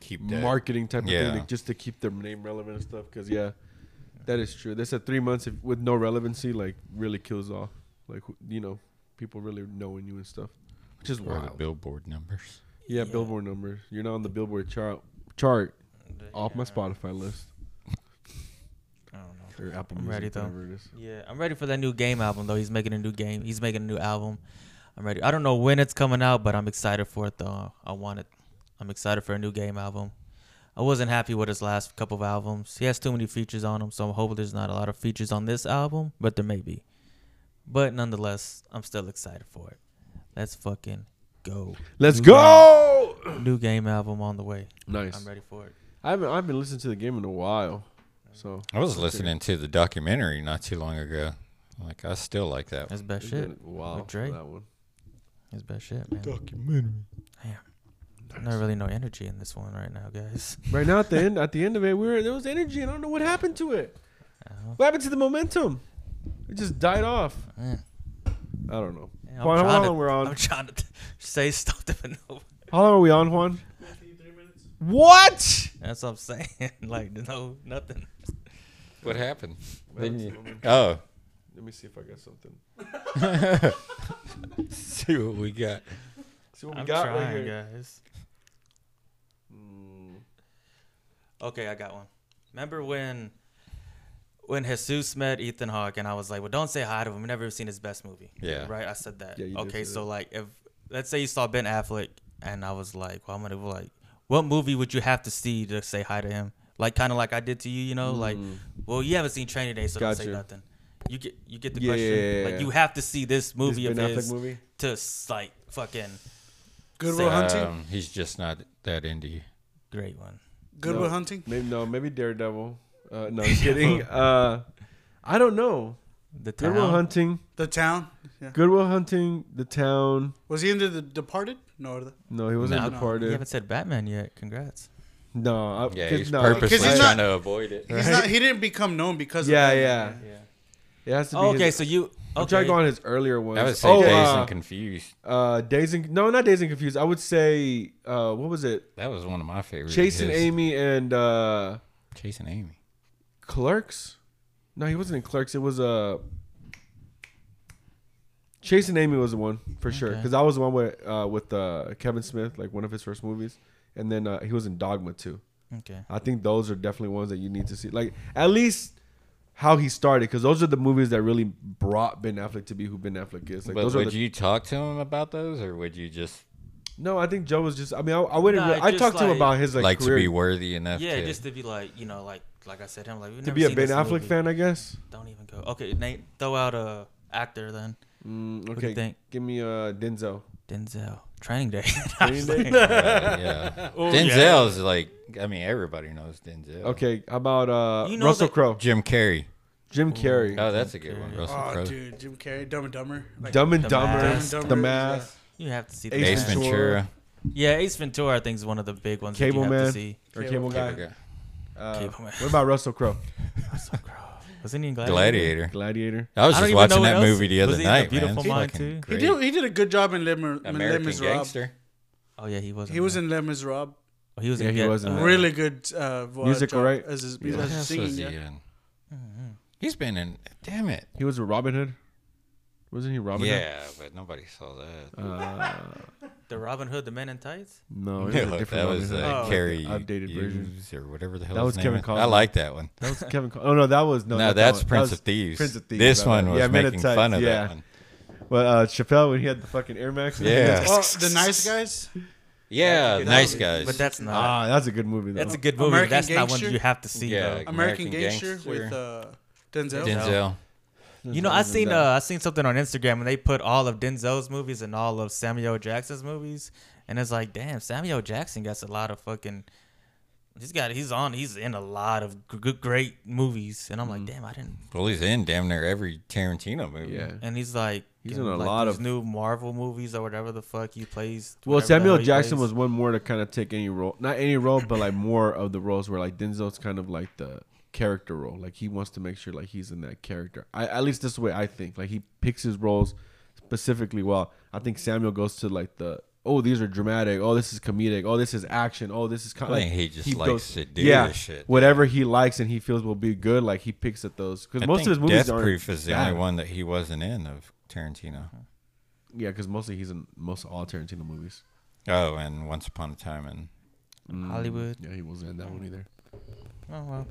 S1: keep that.
S2: marketing type of
S1: Yeah.
S2: thing, like, just to keep their name relevant and stuff. Because yeah, that is true. They said three months if, with no relevancy, like really kills off. Like who- you know, people really knowing you and stuff, which is
S1: or the
S2: wild.
S1: billboard numbers.
S2: yeah,
S3: Yeah.
S2: Billboard numbers. You're not on the Billboard chart chart off my
S3: Yeah.
S2: Spotify list
S3: I don't know.
S2: or Apple
S3: I'm
S2: Music,
S3: ready, though.
S2: whatever it is.
S3: Yeah, I'm ready for that new game album though. He's making a new game. He's making a new album. I'm ready. I don't know when it's coming out, but I'm excited for it though. I want it. I'm excited for a new game album. I wasn't happy with his last couple of albums. He has too many features on him, so I'm hoping there's not a lot of features on this album, but there may be. But nonetheless, I'm still excited for it. Let's fucking go.
S2: Let's
S3: New
S2: go.
S3: game- new game album on the way.
S2: Nice.
S3: I'm ready for it.
S2: I haven't I've been listening to the game in a while, so
S1: I was listening to the documentary not too long ago. Like, I still like that.
S3: That's best
S2: it's
S3: shit.
S2: been a while
S3: With
S2: for
S3: Drake.
S2: that one.
S3: That's best shit, man.
S1: Documentary.
S3: Not really no energy in this one right now, guys.
S2: Right now at the end at the end of it, we were there was energy, and I don't know what happened to it.
S3: Oh,
S2: What happened to the momentum? It just died off.
S3: eh.
S2: I don't know.
S3: Yeah,
S2: Juan, how long
S3: to,
S2: we're on?
S3: I'm trying to (laughs) say something. But no.
S2: How long are we on, Juan? What?
S3: (laughs) That's what I'm saying. (laughs) Like no, nothing.
S1: What happened?
S2: Didn't you-
S1: Oh.
S2: Let me see if I got something.
S1: (laughs) See what we got.
S2: See what we
S3: I'm
S2: got right
S3: trying,
S2: here.
S3: guys.
S2: Mm,
S3: Okay, I got one. Remember when when Jesus met Ethan Hawke, and I was like, "Well, don't say hi to him. We've never seen his best movie."
S1: Yeah.
S3: right. I said that.
S2: Yeah, you did
S3: okay,
S2: say
S3: so like, if let's say you saw Ben Affleck, and I was like, "Well, I'm gonna like, what movie would you have to see to say hi to him?" Like, kind of like I did to you, you know, like, well, you haven't seen Training Day, so don't say
S2: Mm. Gotcha.
S3: nothing. You get you get the
S2: Yeah,
S3: question.
S2: yeah, yeah, yeah.
S3: Like, you have to see this movie
S2: this
S3: of
S2: Ben
S3: his
S2: Affleck movie.
S3: to s- like fucking
S4: Goodwill
S3: Say-
S4: Hunting.
S1: Um, he's just not that indie.
S3: great one.
S4: Goodwill
S2: no.
S4: Hunting.
S1: (laughs)
S2: Maybe no, maybe Daredevil. Uh, no, I'm kidding. Uh, I don't know.
S3: The town.
S2: Goodwill Hunting,
S4: The town. Yeah.
S2: Goodwill Hunting, The Town.
S4: Was he into the Departed? No. the-
S2: No, he wasn't
S3: No.
S2: departed.
S3: You haven't said Batman yet. Congrats.
S2: No, I,
S1: Yeah,
S2: 'cause-
S1: he's
S2: no,
S1: purposely
S4: Because he's
S1: trying
S4: not-
S1: to avoid it.
S4: He's not. He didn't become known because.
S2: Yeah,
S4: of that.
S2: yeah.
S3: Yeah.
S2: It has to be.
S3: Oh, Okay,
S2: his-
S3: so you.
S2: I'm trying
S3: Okay.
S2: to go on his earlier ones.
S1: I would say
S2: oh,
S1: Dazed
S2: uh,
S1: and Confused.
S2: uh, Days and no, not Days and Confused. I would say uh, what was it?
S1: That was one of my favorites.
S2: Chase and
S1: His-
S2: Amy and uh,
S1: Chase and Amy.
S2: Clerks. No, he wasn't in Clerks. It was uh, Chase and Amy was the one for sure
S3: Okay.
S2: because I was the one with uh, with uh, Kevin Smith, like one of his first movies, and then uh, he was in Dogma too.
S3: Okay.
S2: I think those are definitely ones that you need to see. Like at least how he started, because those are the movies that really brought Ben Affleck to be who Ben Affleck is. Like
S1: but
S2: those are
S1: would
S2: the,
S1: you talk to him about those, or would you just
S2: no, I think Joe was just. I mean, I, I wouldn't.
S3: Nah,
S2: really- I
S3: just
S2: talked to him
S3: like-
S2: about his like,
S1: like, to
S2: career
S1: be worthy enough?
S3: Yeah,
S1: to,
S3: just to be like, you know, like like I said, him like we've
S2: to
S3: never
S2: be a
S3: seen
S2: Ben
S3: this
S2: Affleck
S3: movie.
S2: fan, I guess.
S3: Don't even go. Okay, Nate, throw out a actor then.
S2: Mm,
S3: do you
S2: okay,
S3: think?
S2: give me uh, Denzel.
S3: Denzel. Training Day. (laughs)
S2: Training Day?
S1: yeah, yeah. Denzel's like, I mean, everybody knows Denzel.
S2: Okay, how about uh,
S3: You know
S2: Russell
S3: that-
S2: Crowe,
S1: Jim Carrey.
S2: Jim Carrey,
S1: Oh, that's a good one.
S3: Carrey.
S1: Russell
S4: Oh,
S1: Crowe.
S4: dude, Jim Carrey, Dumb and Dumber. Like,
S2: Dumb and
S3: The
S2: Dumber,
S3: Mask.
S4: Dumb and
S2: The
S4: Dumber,
S2: Mask,
S3: you have to see
S2: Ace
S1: Ace
S3: that.
S2: Ventura.
S1: Ventura.
S3: Yeah, Ace Ventura I think is one of the big ones that
S2: Cable
S3: you have
S2: Man.
S3: to see.
S2: or
S4: Cable
S2: Cable
S1: Okay,
S2: Guy.
S1: we got
S2: Uh,
S3: Cable Man.
S2: What about Russell Crowe?
S3: (laughs) Russell Crowe. Wasn't he in Gladiator?
S1: Gladiator.
S2: Gladiator.
S1: I was
S3: I don't
S1: just
S3: even know
S1: watching
S3: what
S1: that
S3: else-
S1: movie the other
S3: was he in The
S1: night, man.
S3: Beautiful
S1: It's
S3: Mind,
S1: fucking
S3: too?
S4: He
S1: great.
S4: did. He did a good job in Les, Mis- Les
S1: American
S4: Miserables.
S1: Gangster.
S3: Oh yeah, he was.
S4: He was in Les Miserables.
S3: Oh, he was
S2: Yeah,
S3: in.
S2: he
S3: Get-
S2: was in
S3: uh,
S2: that.
S4: really good uh, vo-
S2: Musical,
S4: job
S2: right?
S4: As his,
S2: Yeah.
S1: What
S4: as his
S1: else was
S4: singing,
S1: he
S4: yeah.
S1: in? Mm-hmm. He's been in. Damn it.
S2: He was with Robin Hood. Wasn't he Robin Hood?
S1: Yeah, but nobody saw that. (laughs)
S2: Uh,
S3: The Robin Hood, the Man in Tights.
S2: no, it was
S1: Yeah,
S2: a
S1: look,
S2: different
S1: that
S2: one,
S1: was
S2: isn't it?
S1: uh,
S4: Oh.
S1: Carrie
S2: Updated version.
S1: Hughes or whatever the hell
S2: That
S1: his
S2: was
S1: name
S2: Kevin
S1: is. I
S2: Costner.
S1: like that one. (laughs)
S2: That was Kevin. Co- oh no, that was no.
S1: No,
S2: not that
S1: that's
S2: one.
S1: Prince
S2: That
S1: of Thieves.
S2: Prince of Thieves,
S1: This
S2: my
S1: one
S2: bad.
S1: was
S2: Yeah, Men in
S1: making
S2: Tights,
S1: fun of
S2: yeah.
S1: that one.
S2: was- Well, uh, Chappelle when he had the fucking Air Max.
S1: Yeah.
S4: Oh, the nice guys.
S1: Yeah,
S2: That
S1: nice
S2: was-
S1: guys.
S3: But that's
S2: (laughs)
S3: not.
S2: Ah, that's a good movie. Though.
S3: that's a good movie.
S4: American
S3: that's not one
S4: Gangster?
S3: you have to see.
S1: Yeah,
S3: though.
S1: like-
S4: American,
S1: American
S4: Gangster,
S1: Gangster.
S4: with uh, Denzel.
S1: Denzel.
S2: That's
S3: You know,
S2: not
S3: I
S2: even
S3: seen
S2: that.
S3: uh, I seen something on Instagram and they put all of Denzel's movies and all of Samuel Jackson's movies, and it's like, damn, Samuel Jackson gets a lot of fucking. He's got he's on he's in a lot of g- g- great movies, and I'm like,
S2: Mm-hmm.
S3: damn, I didn't.
S1: Well, he's in damn near every Tarantino movie.
S2: Yeah.
S3: And he's like,
S2: He's
S3: you
S2: in
S3: know,
S2: a
S3: like
S2: lot
S3: these
S2: of-
S3: new Marvel movies or whatever the fuck he plays.
S2: Well,
S3: whatever the hell
S2: Samuel
S3: he
S2: Jackson
S3: plays.
S2: was one more to kind of take any role, not any role, but like more of the roles where like Denzel's kind of like the character role. Like he wants to make sure like he's in that character. I at least this way I think. Like he picks his roles specifically well. I think Samuel goes to like the oh these are dramatic, oh this is comedic, oh this is action, oh this is kind
S1: I
S2: of
S1: think he just likes to do this shit.
S2: whatever he likes and he feels will be good. Like he picks at those because
S1: I
S2: most of
S1: think
S2: his movies
S1: Death
S2: aren't.
S1: Proof is the
S2: bad.
S1: only one that he wasn't in of Tarantino.
S2: Yeah, because mostly he's in most all Tarantino movies.
S1: Oh, and Once Upon a Time in
S3: Hollywood.
S2: Yeah, he wasn't in that one either.
S3: Oh well.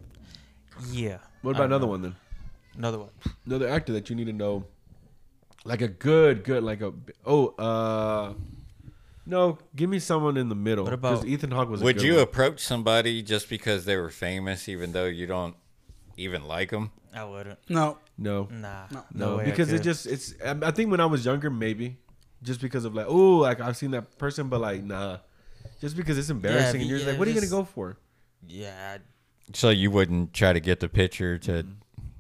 S3: Yeah.
S2: What about
S3: I don't
S2: another
S3: know.
S2: one then?
S3: Another one.
S2: another actor that you need to know like a good good like a oh uh no give me someone in the middle
S3: What
S2: 'cause
S3: about-
S2: ethan hawke was a
S1: Would
S2: good
S1: you
S2: one.
S1: approach somebody just because they were famous, even though you don't even like them?
S3: I wouldn't.
S4: No,
S2: no
S3: Nah. Mm, No.
S4: No.
S2: no,
S3: way I
S2: because it
S3: could.
S2: just it's um, i I think when i was younger maybe just because of like oh like i've seen that person but like nah just because it's embarrassing
S3: but
S2: and you're just
S3: yeah,
S2: like what are you gonna
S3: just-
S2: go for
S3: Yeah.
S1: So you wouldn't try to get the picture to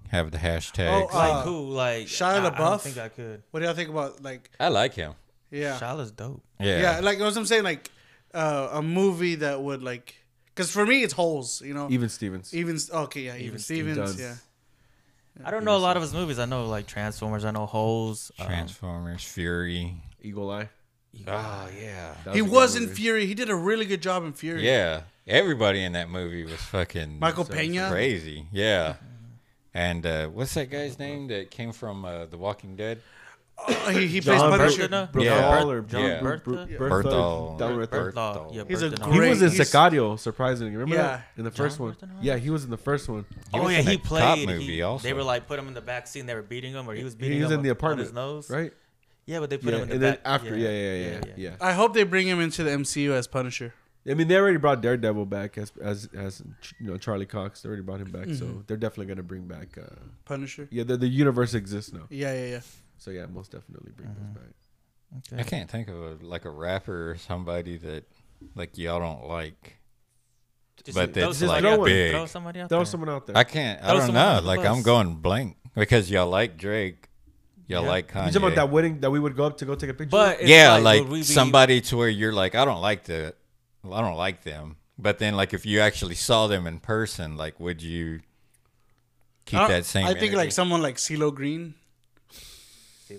S1: have the hashtags.
S4: Oh, uh,
S3: Like who? Like
S4: Shia
S3: I- I don't
S4: LaBeouf?
S3: think I could.
S4: what do y'all think about like?
S1: I like him.
S4: Yeah,
S3: Shia's dope.
S1: Yeah.
S4: yeah, like what I'm saying, like uh, a movie that would like, because for me it's holes, you know.
S2: even stevens
S4: Even okay, yeah, even, Stevens,
S2: Dunst.
S4: yeah.
S3: I don't know a lot of his movies. I know like Transformers. I know Holes. um,
S1: Transformers, Fury.
S2: eagle eye
S1: Oh, yeah.
S2: That
S4: he
S2: a good
S4: was in
S2: movie.
S4: Fury. He did a really good job in Fury.
S1: Yeah. Everybody in that movie was fucking
S4: Michael Pena.
S1: crazy.
S4: (laughs)
S1: Yeah. And uh, what's that guy's name that came from uh, The Walking Dead?
S4: Oh, he he plays
S2: John
S4: Punisher.
S3: Berthena?
S2: Bro-
S1: Yeah.
S2: Ball or
S1: John
S2: Bru- Bru-
S3: Bertha?
S2: Bertha is
S1: Berthal.
S2: down right there.
S3: Bertha. Yeah,
S4: He's a
S3: Bertha.
S2: he
S4: great-
S2: was in
S4: he's-
S2: Sicario, surprisingly. Remember
S4: Yeah.
S2: that in the first one.
S3: Bertha?
S2: Yeah, he was in the first one.
S3: Oh
S1: was
S3: yeah,
S1: in
S3: he
S1: a cop
S3: played. he-
S1: movie also.
S3: They were like put him in the back seat. and They were beating him, or he was beating
S2: He's
S3: him
S2: in the
S3: up on
S2: apartment,
S3: his nose.
S2: right?
S3: Yeah, but they put
S2: Yeah,
S3: him in
S2: and
S3: the
S2: then
S3: back.
S2: after, yeah, yeah, yeah, yeah.
S4: I hope they bring him into the MCU as Punisher.
S2: I mean, they already brought Daredevil back as as as you know Charlie Cox. They already brought him back,
S3: Mm-hmm.
S2: so they're definitely gonna bring back. Uh,
S4: Punisher.
S2: yeah, the, the universe exists now,
S4: Yeah, yeah, yeah.
S2: so yeah, most definitely bring
S3: Mm-hmm.
S2: those back.
S1: I can't think of a, like a rapper or somebody that like y'all don't like.
S3: Just
S1: But
S3: throw
S1: that's
S3: somebody
S1: like
S3: out there.
S1: big.
S3: Throw somebody out
S2: Throw
S3: there.
S2: someone out there.
S1: I can't. I
S3: Throw
S1: don't
S3: someone under
S1: know.
S3: the
S1: Like
S3: bus.
S1: I'm going blank. because y'all like Drake, y'all
S3: Yeah.
S1: like
S2: You
S1: Kanye.
S2: talking about that wedding that we would go up to go take a picture?
S3: But
S2: with?
S3: it's
S1: yeah,
S3: like,
S1: like,
S3: would we be-
S1: somebody to where you're like, I don't like the, I don't like them. But then, like, if you actually saw them in person, like, would you keep
S4: I don't-
S1: that same?
S4: I think
S1: energy?
S4: like someone like CeeLo Green.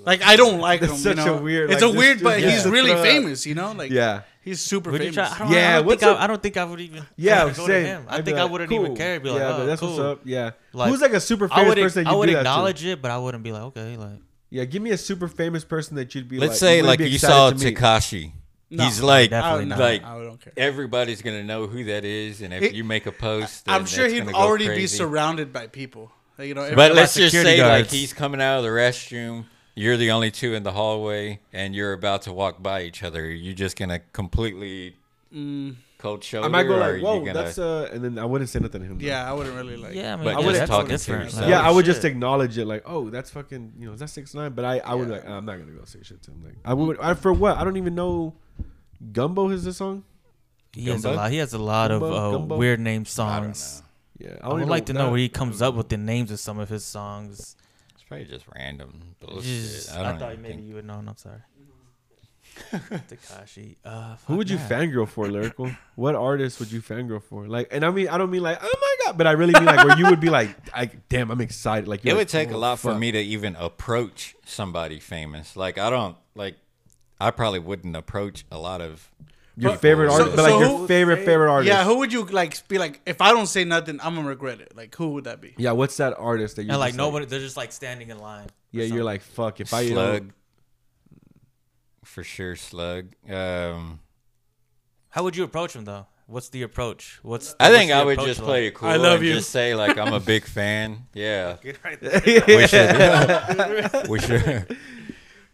S4: Like I don't like him.
S2: That's
S4: you
S2: such
S4: know?
S2: a weird,
S4: It's
S2: like,
S4: a
S2: this
S4: weird, but
S2: dude
S4: he's
S2: just a
S4: really
S2: thug.
S4: famous. You know, like
S2: yeah.
S4: he's super
S3: Would you try?
S4: famous.
S3: I don't,
S2: Yeah,
S3: I don't
S2: what's
S3: think
S2: up?
S3: I, I don't think I would even.
S2: Yeah,
S3: I
S2: I
S3: would
S2: was
S3: go to
S2: saying.
S3: him. I
S2: I'd be
S3: think I
S2: like,
S3: wouldn't
S2: cool.
S3: even care. Be like,
S2: yeah,
S3: oh,
S2: but that's
S3: cool.
S2: what's up. Yeah,
S3: Like,
S2: who's like a super
S3: I
S2: famous
S3: would.
S2: person? That
S3: I
S2: you
S3: would
S2: do that to?
S3: acknowledge it, but I wouldn't be like, okay, like
S2: Yeah, give me a super famous person that you'd be.
S1: Let's
S2: like,
S1: say
S2: you'd
S1: like
S2: be
S1: you
S2: excited
S1: saw
S2: to meet.
S1: Takashi.
S4: No,
S1: He's like
S3: definitely
S4: I
S3: not.
S4: don't,
S1: like
S4: I don't care.
S1: everybody's gonna know who that is, and if
S4: It-
S1: you make a post,
S4: I'm
S1: then
S4: sure
S1: that's
S4: he'd
S1: gonna go
S4: already be
S1: crazy.
S4: surrounded by people. Like, you know, every-
S1: But
S3: about
S1: let's just
S3: security
S1: say like
S3: guards.
S1: he's coming out of the restroom. You're the only two in the hallway, and you're about to walk by each other. You're just gonna completely cold shoulder.
S2: Mm. I might go
S1: or
S2: like,
S1: you
S2: "Whoa,
S1: gonna-
S2: that's uh," and then I wouldn't say nothing to him. though.
S4: yeah, I wouldn't really like.
S3: yeah, I mean,
S1: But
S3: yeah,
S1: just
S3: that's
S1: talking to
S3: different.
S1: yourself.
S3: Like,
S2: yeah, I would just
S3: shit.
S2: acknowledge it, like, "Oh, that's fucking," you know, "Is that six nine? But I, I would like, I'm not gonna go say shit to him. Like, I would, I for what? I don't even know. Gumbo is this song?
S3: He has a
S1: Gumbo?
S3: lot. He has a lot of
S2: Gumbo,
S3: uh,
S2: Gumbo?
S3: weird name
S1: I don't
S3: songs.
S1: know.
S2: Yeah,
S3: I would
S2: even
S3: like to know
S2: that-
S3: where he comes up with the names of some of his songs.
S1: It's probably just random bullshit.
S3: Just-
S1: I
S3: I,
S1: don't
S3: thought
S1: even
S3: maybe
S1: think-
S3: you would know. and I'm sorry. Takashi. Uh,
S2: Who
S3: fuck
S2: would you
S3: that.
S2: fangirl
S3: (laughs)
S2: for, lyrical? What artist would you fangirl for? Like, and I mean, I don't mean like, oh my god, but I really mean like where you would be like, I, damn, I'm excited. Like, "Oh,
S1: It would take a lot for me to even approach somebody famous. Like I don't like. I probably wouldn't approach a lot of.
S2: Your
S1: But-
S2: favorite
S1: So-
S2: artist, but
S4: so
S2: like
S4: who
S2: your
S4: would
S2: favorite favorite artist.
S4: Yeah, who would you like be like? If I don't say nothing, I'm gonna regret it. Like, who would that be?
S2: Yeah, what's that artist that you
S3: And like
S2: just,
S3: nobody, they're just like standing in line. or
S2: Yeah, you're
S3: something.
S2: like fuck. If I
S1: slug. For sure, slug. Um,
S3: How would you approach him though? What's the approach? What's
S1: I
S3: what's
S1: think
S3: the
S1: I would
S3: approach
S1: just
S3: like?
S1: play it cool.
S4: I love
S1: and
S4: you.
S1: Just say like I'm a
S3: (laughs)
S1: big fan. Yeah.
S2: yeah,
S1: We should.
S3: (laughs)
S1: we should.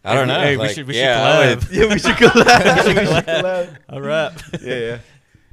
S1: I don't know.
S3: Hey, we
S1: like,
S3: should- we should
S1: yeah, I would-
S3: collab.
S2: yeah, we should collab. we should collab.
S3: All right.
S2: (laughs) Yeah,
S3: (laughs)
S2: yeah.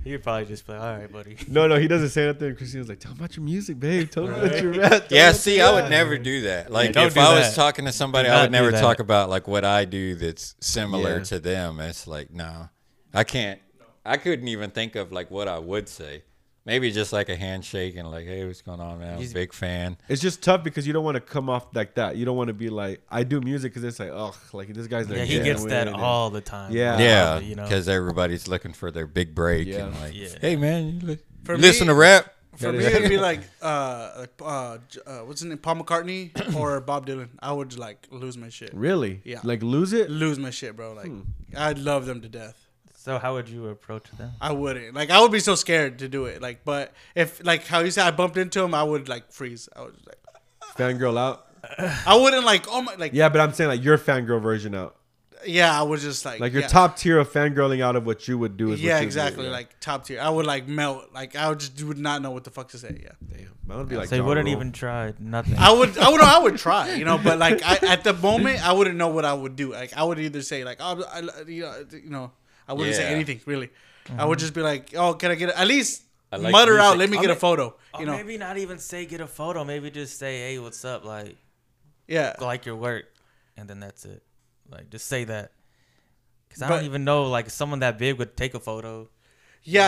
S3: He would probably just play. All right, buddy.
S2: No, no, he doesn't say nothing. Christina's like, tell him about your music, babe. Tell him about your rap. Tell him
S1: Yeah,
S2: about
S1: see,
S2: your
S1: I would
S2: rap."
S1: never do that. Like,
S3: don't
S1: if
S3: do
S1: I
S3: that.
S1: was talking to somebody,
S3: Do
S1: I
S3: not
S1: would
S3: do
S1: never
S3: that.
S1: talk about like what I do that's similar
S2: Yeah.
S1: to them. It's like, no, I can't. I couldn't even think of like what I would say. Maybe just like a handshake and like, hey, what's going on, man? I'm a
S3: Just-
S1: big fan.
S2: It's just tough because you don't want to come off like that. You don't want to be like, I do music because it's like, oh, like this guy's like,
S3: Yeah, he gets that
S2: and-
S3: all the time.
S2: Yeah.
S1: yeah,
S3: you know.
S1: because everybody's looking for their big break.
S2: Yeah.
S1: And like,
S3: Yeah.
S1: hey, man, you, li-
S4: For
S1: you listen
S4: me-
S1: to rap?
S4: For
S2: That
S4: me,
S2: is-
S4: it'd be like uh, like, uh, J- uh, what's his name, Paul McCartney or Bob Dylan. I would like lose my shit.
S2: Really?
S4: Yeah.
S2: Like lose it?
S4: Lose my shit, bro. Like, I'd love them to death.
S3: So how would you approach them?
S4: I wouldn't. Like, I would be so scared to do it. Like, but if like how you said, I bumped into him, I would like freeze. I would like,
S2: Fangirl out?
S4: I wouldn't like. Oh my, like, yeah,
S2: Yeah, but I'm saying like your fangirl version out.
S4: yeah I would just like,
S2: Like your
S4: yeah.
S2: top tier of fangirling out of what you would do is
S4: Yeah,
S2: what you
S4: exactly.
S2: Do.
S4: Like top tier. I would like melt. Like I would just would not know what the fuck to say. Yeah.
S2: damn, I would be like.
S3: so you
S2: Ja
S3: wouldn't
S2: Rule.
S3: even try nothing.
S4: I would, I would, I would try, you know, but like I, at the moment, I wouldn't know what I would do. Like I would either say like, oh, I, you know, you know, I wouldn't say
S1: Yeah.
S4: anything really. I
S2: Mm-hmm.
S4: would just be like, oh, can I get a, at least
S1: I like
S4: mutter out?
S1: music.
S4: Let me
S3: I
S4: get a
S3: mean-
S4: photo.
S3: Or
S4: You know,
S3: Oh, maybe not even say get a photo. Maybe just say, hey, what's up? Like,
S4: yeah.
S3: like your work, and then that's it. Like, just say that. Because I
S4: But-
S3: don't even know, like, someone that big would take a photo.
S4: Yeah,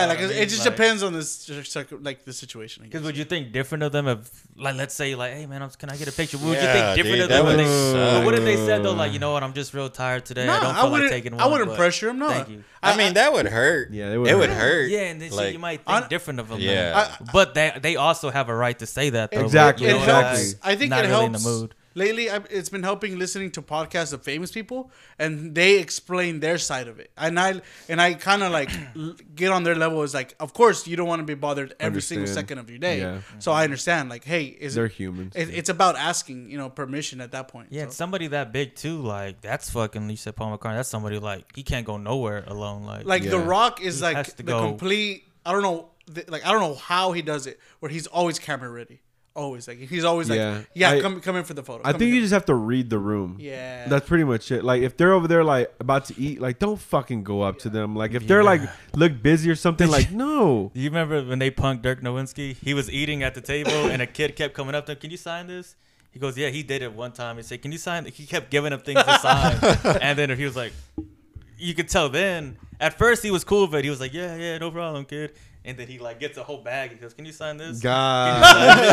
S3: You know
S4: like
S3: what I
S4: it,
S3: mean?
S4: it just
S3: Like-
S4: depends on this, circ- like the situation. I guess.
S3: Because would you think different of them if, like, let's say, like, hey, man, I'm, can I get a picture? Would
S1: Yeah,
S3: you think different
S1: dude,
S3: of
S1: that
S3: them? When
S1: would Mm.
S3: they,
S1: suck.
S3: but what if they said, though, like, you know what, I'm just real tired today.
S4: No,
S3: I don't
S4: I
S3: feel like
S4: wouldn't-
S3: taking one.
S4: I wouldn't
S3: but
S4: pressure 'em, no.
S3: Thank you.
S1: I mean, that would hurt.
S2: Yeah,
S1: it
S2: it
S1: would,
S2: would
S1: hurt.
S2: hurt.
S3: Yeah, and then so you might think
S4: hon-
S3: different of them.
S1: Yeah.
S3: Yeah. But they, they also have a right to say that, though.
S2: Exactly,
S3: But,
S4: it
S3: you know,
S4: helps.
S2: exactly.
S3: like,
S4: I think
S3: not
S4: it
S3: really
S4: helps.
S3: in the mood.
S4: Lately, I've, it's been helping listening to podcasts of famous people, and they explain their side of it, and I and I kind
S3: (clears throat)
S4: of like l- get on their level. Is like, of course, you don't want to be bothered every single
S2: Understand.
S4: second of your day,
S2: Yeah.
S4: so I understand. Like, hey, is
S2: They're
S4: it,
S2: humans.
S4: it- It's about asking, you know, permission at that point.
S3: Yeah,
S4: so.
S3: and somebody that big too, like that's fucking. You said Paul McCartney. That's somebody like he can't go nowhere alone. Like,
S4: like The
S2: Yeah.
S4: Rock is
S3: He
S4: like
S3: has to
S4: the
S3: go.
S4: complete. I don't know, th- like I don't know how he does it, where he's always camera ready, always like he's always like,
S2: Yeah.
S4: yeah,
S2: I-
S4: come come in for the photo.
S2: I
S4: come
S2: think
S4: in.
S2: you just have to read the room.
S4: Yeah.
S2: That's pretty much it. Like if they're over there like about to eat, like don't fucking go up to them. Like if they're like look busy or something, like no.
S3: you remember when they punked Dirk Nowinski? He was eating at the table, and a kid kept coming up to him. Can you sign this? He goes, Yeah, he did it one time. He said, Can you sign? He kept giving him things to
S2: (laughs)
S3: sign, and then he was like, You could tell then. At first, he was cool, but he was like, Yeah, yeah, no problem, kid. and then he like gets a whole bag. He goes, "Can you sign
S2: (laughs)
S3: this?
S2: God.
S3: (laughs)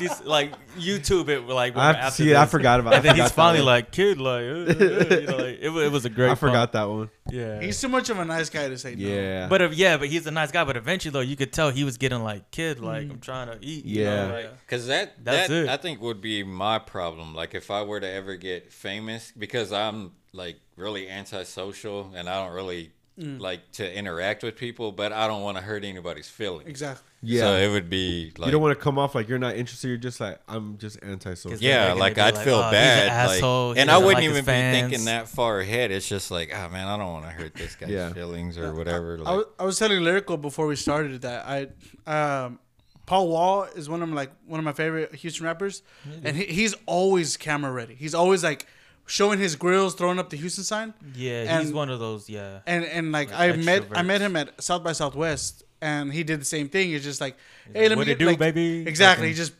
S2: (laughs)
S3: you s- like YouTube it? Like
S2: I have to
S3: after
S2: see it. I
S3: this?"
S2: forgot about- (laughs) I
S3: And then he's
S2: forgot that
S3: finally
S2: one.
S3: like, "Kid, like, uh, uh, uh," you know,
S2: (laughs)
S3: like, it, wa- it was a great.
S2: I
S3: fun-
S2: forgot that one.
S3: Yeah.
S4: He's too much of a nice guy to say no.
S2: Yeah.
S3: But if, yeah, but he's a nice guy. But eventually, though, you could tell he was getting like, kid, like I'm trying to eat. you know,
S2: Yeah.
S3: like-
S1: Cause that
S3: That's
S1: that
S3: it.
S1: I think would be my problem. Like if I were to ever get famous, because I'm like really antisocial and I don't really
S3: Mm.
S1: like to interact with people, but I don't want to hurt anybody's feelings.
S4: Exactly.
S2: yeah.
S1: So it would be like
S2: you don't want to come off like you're not interested. You're just like I'm just antisocial.
S3: Is that-
S1: yeah,
S3: They're
S1: like
S3: gonna be
S1: I'd
S3: like,
S1: feel
S3: "Oh, he's an
S1: bad,
S3: asshole,
S1: like,
S3: he
S1: and I
S3: doesn't
S1: wouldn't
S3: like his
S1: even be
S3: fans."
S1: thinking that far ahead. It's just like, oh man, I don't want to hurt this guy's
S2: Yeah.
S1: feelings or whatever.
S4: I
S1: Like,
S4: was, I was telling lyrical before we started that I um, Paul Wall is one of my, like one of my favorite Houston rappers, and he, he's always camera ready. He's always like showing his grills, throwing up the Houston sign,
S3: yeah, he's
S4: And-
S3: one of those. Yeah.
S4: and and like,
S3: Like
S4: I met I
S3: extroverts.
S4: met him at South by Southwest, and he did the same thing. It's just like, hey, let
S3: "What
S4: me
S3: it
S4: get,
S3: do,
S4: like,
S3: baby?" Fucking-
S4: Exactly. He just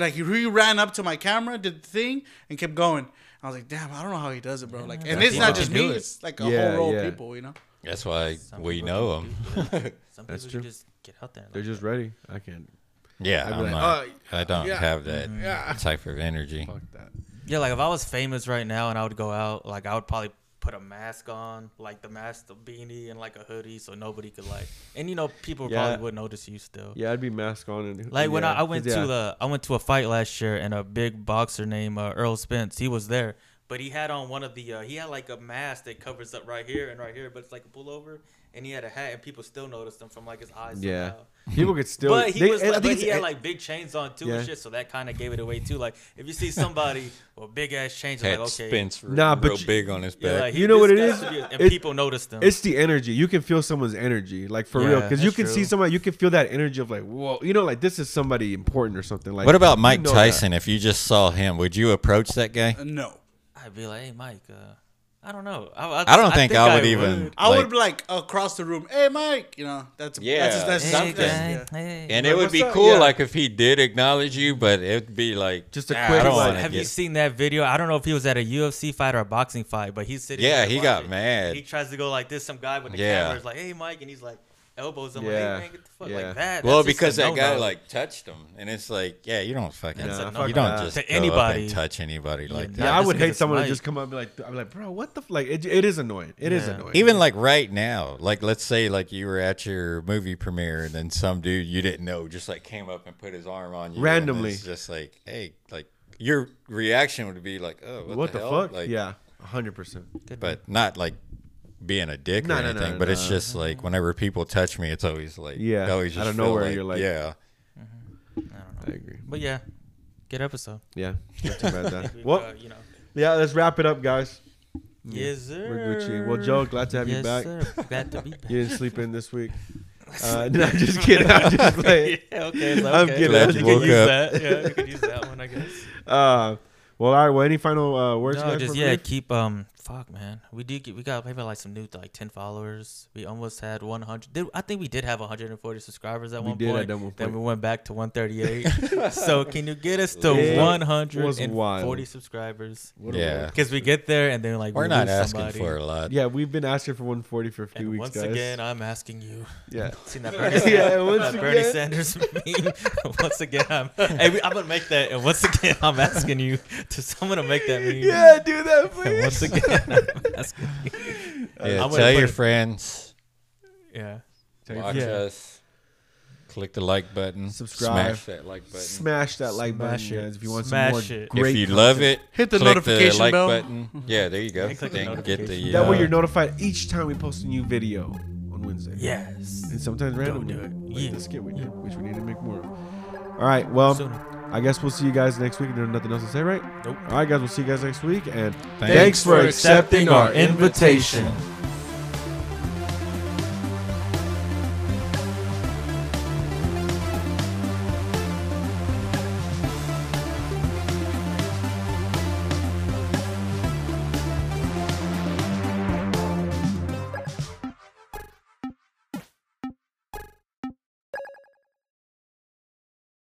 S4: like he re- ran up to my camera, did the thing, and kept going. I was like, damn, I don't know how he does it, bro. Like, and
S3: that's
S4: it's not
S3: wild.
S4: just
S3: He can
S4: me;
S3: do it.
S4: it's like a
S2: Yeah,
S4: whole row
S2: yeah.
S4: of people, you know.
S1: that's why
S3: Some
S1: we
S3: people
S1: know
S3: can
S1: him.
S3: Some
S2: That's
S3: people you
S2: true.
S3: just get out there. and
S2: They're
S3: like-
S2: just ready. I can't.
S1: Yeah,
S2: I'd be
S1: I'm
S2: like,
S1: not,
S2: "Oh,
S1: I don't
S2: yeah,
S1: have that
S3: Mm-hmm.
S2: yeah."
S1: type of energy.
S2: Fuck that.
S3: yeah, like if I was famous right now and I would go out, like I would probably put a mask on, like the mask, the beanie, and like a hoodie, so nobody could like, and you know, people
S2: Yeah.
S3: probably would notice you still.
S2: Yeah, I'd be mask on and
S3: Like when
S2: yeah,
S3: I, I went
S2: 'cause, yeah.
S3: to the I went to a fight last year and a big boxer named uh, Earl Spence he was there but he had on one of the uh, he had like a mask that covers up right here and right here but it's like a pullover and he had a hat and people still noticed him from like his eyes
S2: yeah.
S3: somehow.
S2: People could still.
S3: uh, but he
S2: they-
S3: was
S2: and I
S3: like,
S2: think
S3: but
S2: it's-
S3: he had like big chains on too
S2: Yeah.
S3: and shit so that kind of gave it away too like if you
S2: (laughs)
S3: see somebody with big ass chains it's
S1: Had
S3: like okay
S1: Spence real,
S2: Nah, but
S1: real
S2: you-
S1: big on his
S3: yeah,
S1: back.
S3: like, he-
S2: You know what
S3: this
S2: it
S3: guy
S2: is?
S3: should be- and
S2: It-
S3: people noticed him
S2: e, It's the energy. You can feel someone's energy, like for real,
S3: Yeah,
S2: because you
S3: that's
S2: can see
S3: true.
S2: somebody. You can feel that energy of like, whoa, you know, like this is somebody important or something. Like,
S1: what about
S2: you
S1: Mike
S2: know that.
S1: Tyson? If you just saw him, would you approach that guy?
S4: Uh, no.
S3: I'd be like hey Mike uh, I don't know I,
S1: I don't think, I, would even.
S4: I
S1: like-
S4: would be like across the room, "Hey, Mike," you know. That's
S1: Yeah,
S4: that's, that's,
S1: Hey,
S4: something.
S1: guy.
S4: Yeah.
S1: And
S2: Like,
S1: it would
S2: what's
S1: be
S2: up?
S1: cool,
S2: Yeah.
S1: like if he did acknowledge you, but it'd be like
S2: Just a
S1: "Nah,
S2: quick,
S1: I don't
S2: like,
S1: wanna
S3: have you
S1: get-"
S3: seen that video? I don't know if he was at a UFC fight or a boxing fight, but he's sitting.
S1: Yeah,
S3: there
S1: he
S3: watching.
S1: got mad.
S3: He tries to go like this. Some guy with the
S1: Yeah.
S3: camera is like, "Hey, Mike," and he's like, elbows. I'm
S2: Yeah.
S3: like, "Hey, man, get the fuck
S2: Yeah.
S3: like that."
S1: well,
S3: That's just
S1: because
S3: a
S1: that guy
S3: no-no.
S1: like touched him, and it's like, yeah, you don't fucking,
S2: That's a uh,
S1: you
S2: no-no.
S1: don't
S2: Fuck
S1: just
S3: that. To
S1: go up and
S3: anybody.
S1: touch anybody like
S3: Yeah,
S1: that.
S2: Yeah,
S3: Nah,
S2: I
S3: just
S2: would
S3: 'cause
S2: hate
S3: it's
S2: someone
S3: Mike.
S2: to just come up and be like, I'm like, bro, what the f-? like? It, it is annoying. It is
S3: Yeah.
S2: annoying.
S1: Even like right now, like let's say like you were at your movie premiere and then some dude you didn't know just like came up and put his arm on you and
S2: Randomly.
S1: it's just like, hey, like your reaction would be like, oh, what,
S2: what, the,
S1: hell?
S2: fuck?
S1: Like,
S2: yeah, hundred percent.
S1: but not like being a dick
S2: No,
S1: or
S2: no, no,
S1: anything.
S2: no,
S1: but it's
S2: no.
S1: just like whenever people touch me, it's always like,
S2: Yeah,
S1: I always
S2: out
S1: just
S2: of
S1: feel
S2: nowhere, you're like-
S1: yeah.
S2: I agree.
S3: But yeah,
S2: (laughs)
S3: good episode.
S1: (laughs)
S2: Yeah, not too bad. That.
S3: We've,
S2: well,
S3: uh, you know,
S2: yeah, let's wrap it up, guys.
S3: yes, sir.
S2: We're Gucci. Well, Joe, glad to have
S3: yes,
S2: you back. (laughs)
S3: Sir. Glad to be back.
S2: You didn't sleep in this week.
S3: (laughs)
S2: Uh, (laughs) no, I'm just kidding. I'm just playing.
S3: yeah, okay, it's
S2: I'm
S3: okay.
S2: kidding.
S1: Glad you
S3: could
S1: woke
S3: use
S1: up.
S3: that. Yeah, you could use that one, I guess.
S2: Uh, well, all right. Well, any final uh, words?
S3: No,
S2: guys,
S3: just
S2: for
S3: yeah,
S2: me?
S3: keep um, fuck man, we do get, we got maybe like some new like ten followers. We almost had one hundred. Did, I think we did have one hundred and forty subscribers at
S2: We
S3: one
S2: did at
S3: point.
S2: that one
S3: Then
S2: point.
S3: we went back to one
S2: (laughs)
S3: thirty eight. so can you get us to
S2: It
S3: one hundred
S2: was
S3: and forty
S2: wild.
S3: subscribers?
S2: What a
S1: Yeah.
S2: world.
S3: Because we get there and then like
S1: We're
S3: we
S1: not
S3: lose
S1: asking
S3: somebody.
S1: for a lot.
S2: Yeah, we've been asking for 140 for a few
S3: And
S2: weeks,
S3: once
S2: guys.
S3: again, I'm asking
S2: (laughs)
S3: you.
S2: yeah.
S3: (laughs) Seen that Bernie,
S2: Yeah,
S3: Sanders,
S2: once
S3: that Bernie
S2: again.
S3: Sanders meme? (laughs) once again, I'm. Hey, we, I'm gonna make that. And once again, I'm asking you to (laughs) someone to make that meme.
S2: Yeah, do that,
S3: And
S2: please.
S3: (laughs) once again, I'm asking you.
S1: Yeah,
S3: I'm gonna
S1: tell
S3: put
S1: your
S3: it-
S1: friends,
S3: Yeah.
S2: Tell your
S1: watch
S2: friends.
S1: us, click the like button,
S2: Subscribe.
S1: smash that like button.
S2: Smash that like
S3: Smash
S2: button,
S3: it.
S2: guys, if you want
S3: Smash
S2: some more
S1: if
S3: it.
S2: great
S1: you love
S2: content.
S1: it,
S4: Hit the
S1: click
S4: notification
S1: like
S4: bell. (laughs)
S1: button. Yeah, there you go.
S3: And click the
S1: Then get the
S3: notification.
S2: That way
S1: uh,
S2: you're notified each time we post a new video on Wednesday.
S3: Yes.
S2: And sometimes randomly.
S3: do it.
S2: Like
S3: Yeah.
S2: this skit we did, which we need to make more of. All right, well,
S3: Sooner.
S2: I guess we'll see you guys next week. There's nothing else to say, right?
S3: Nope.
S2: All right, guys, we'll see you guys next week. And
S1: Thanks
S2: for accepting our invitation.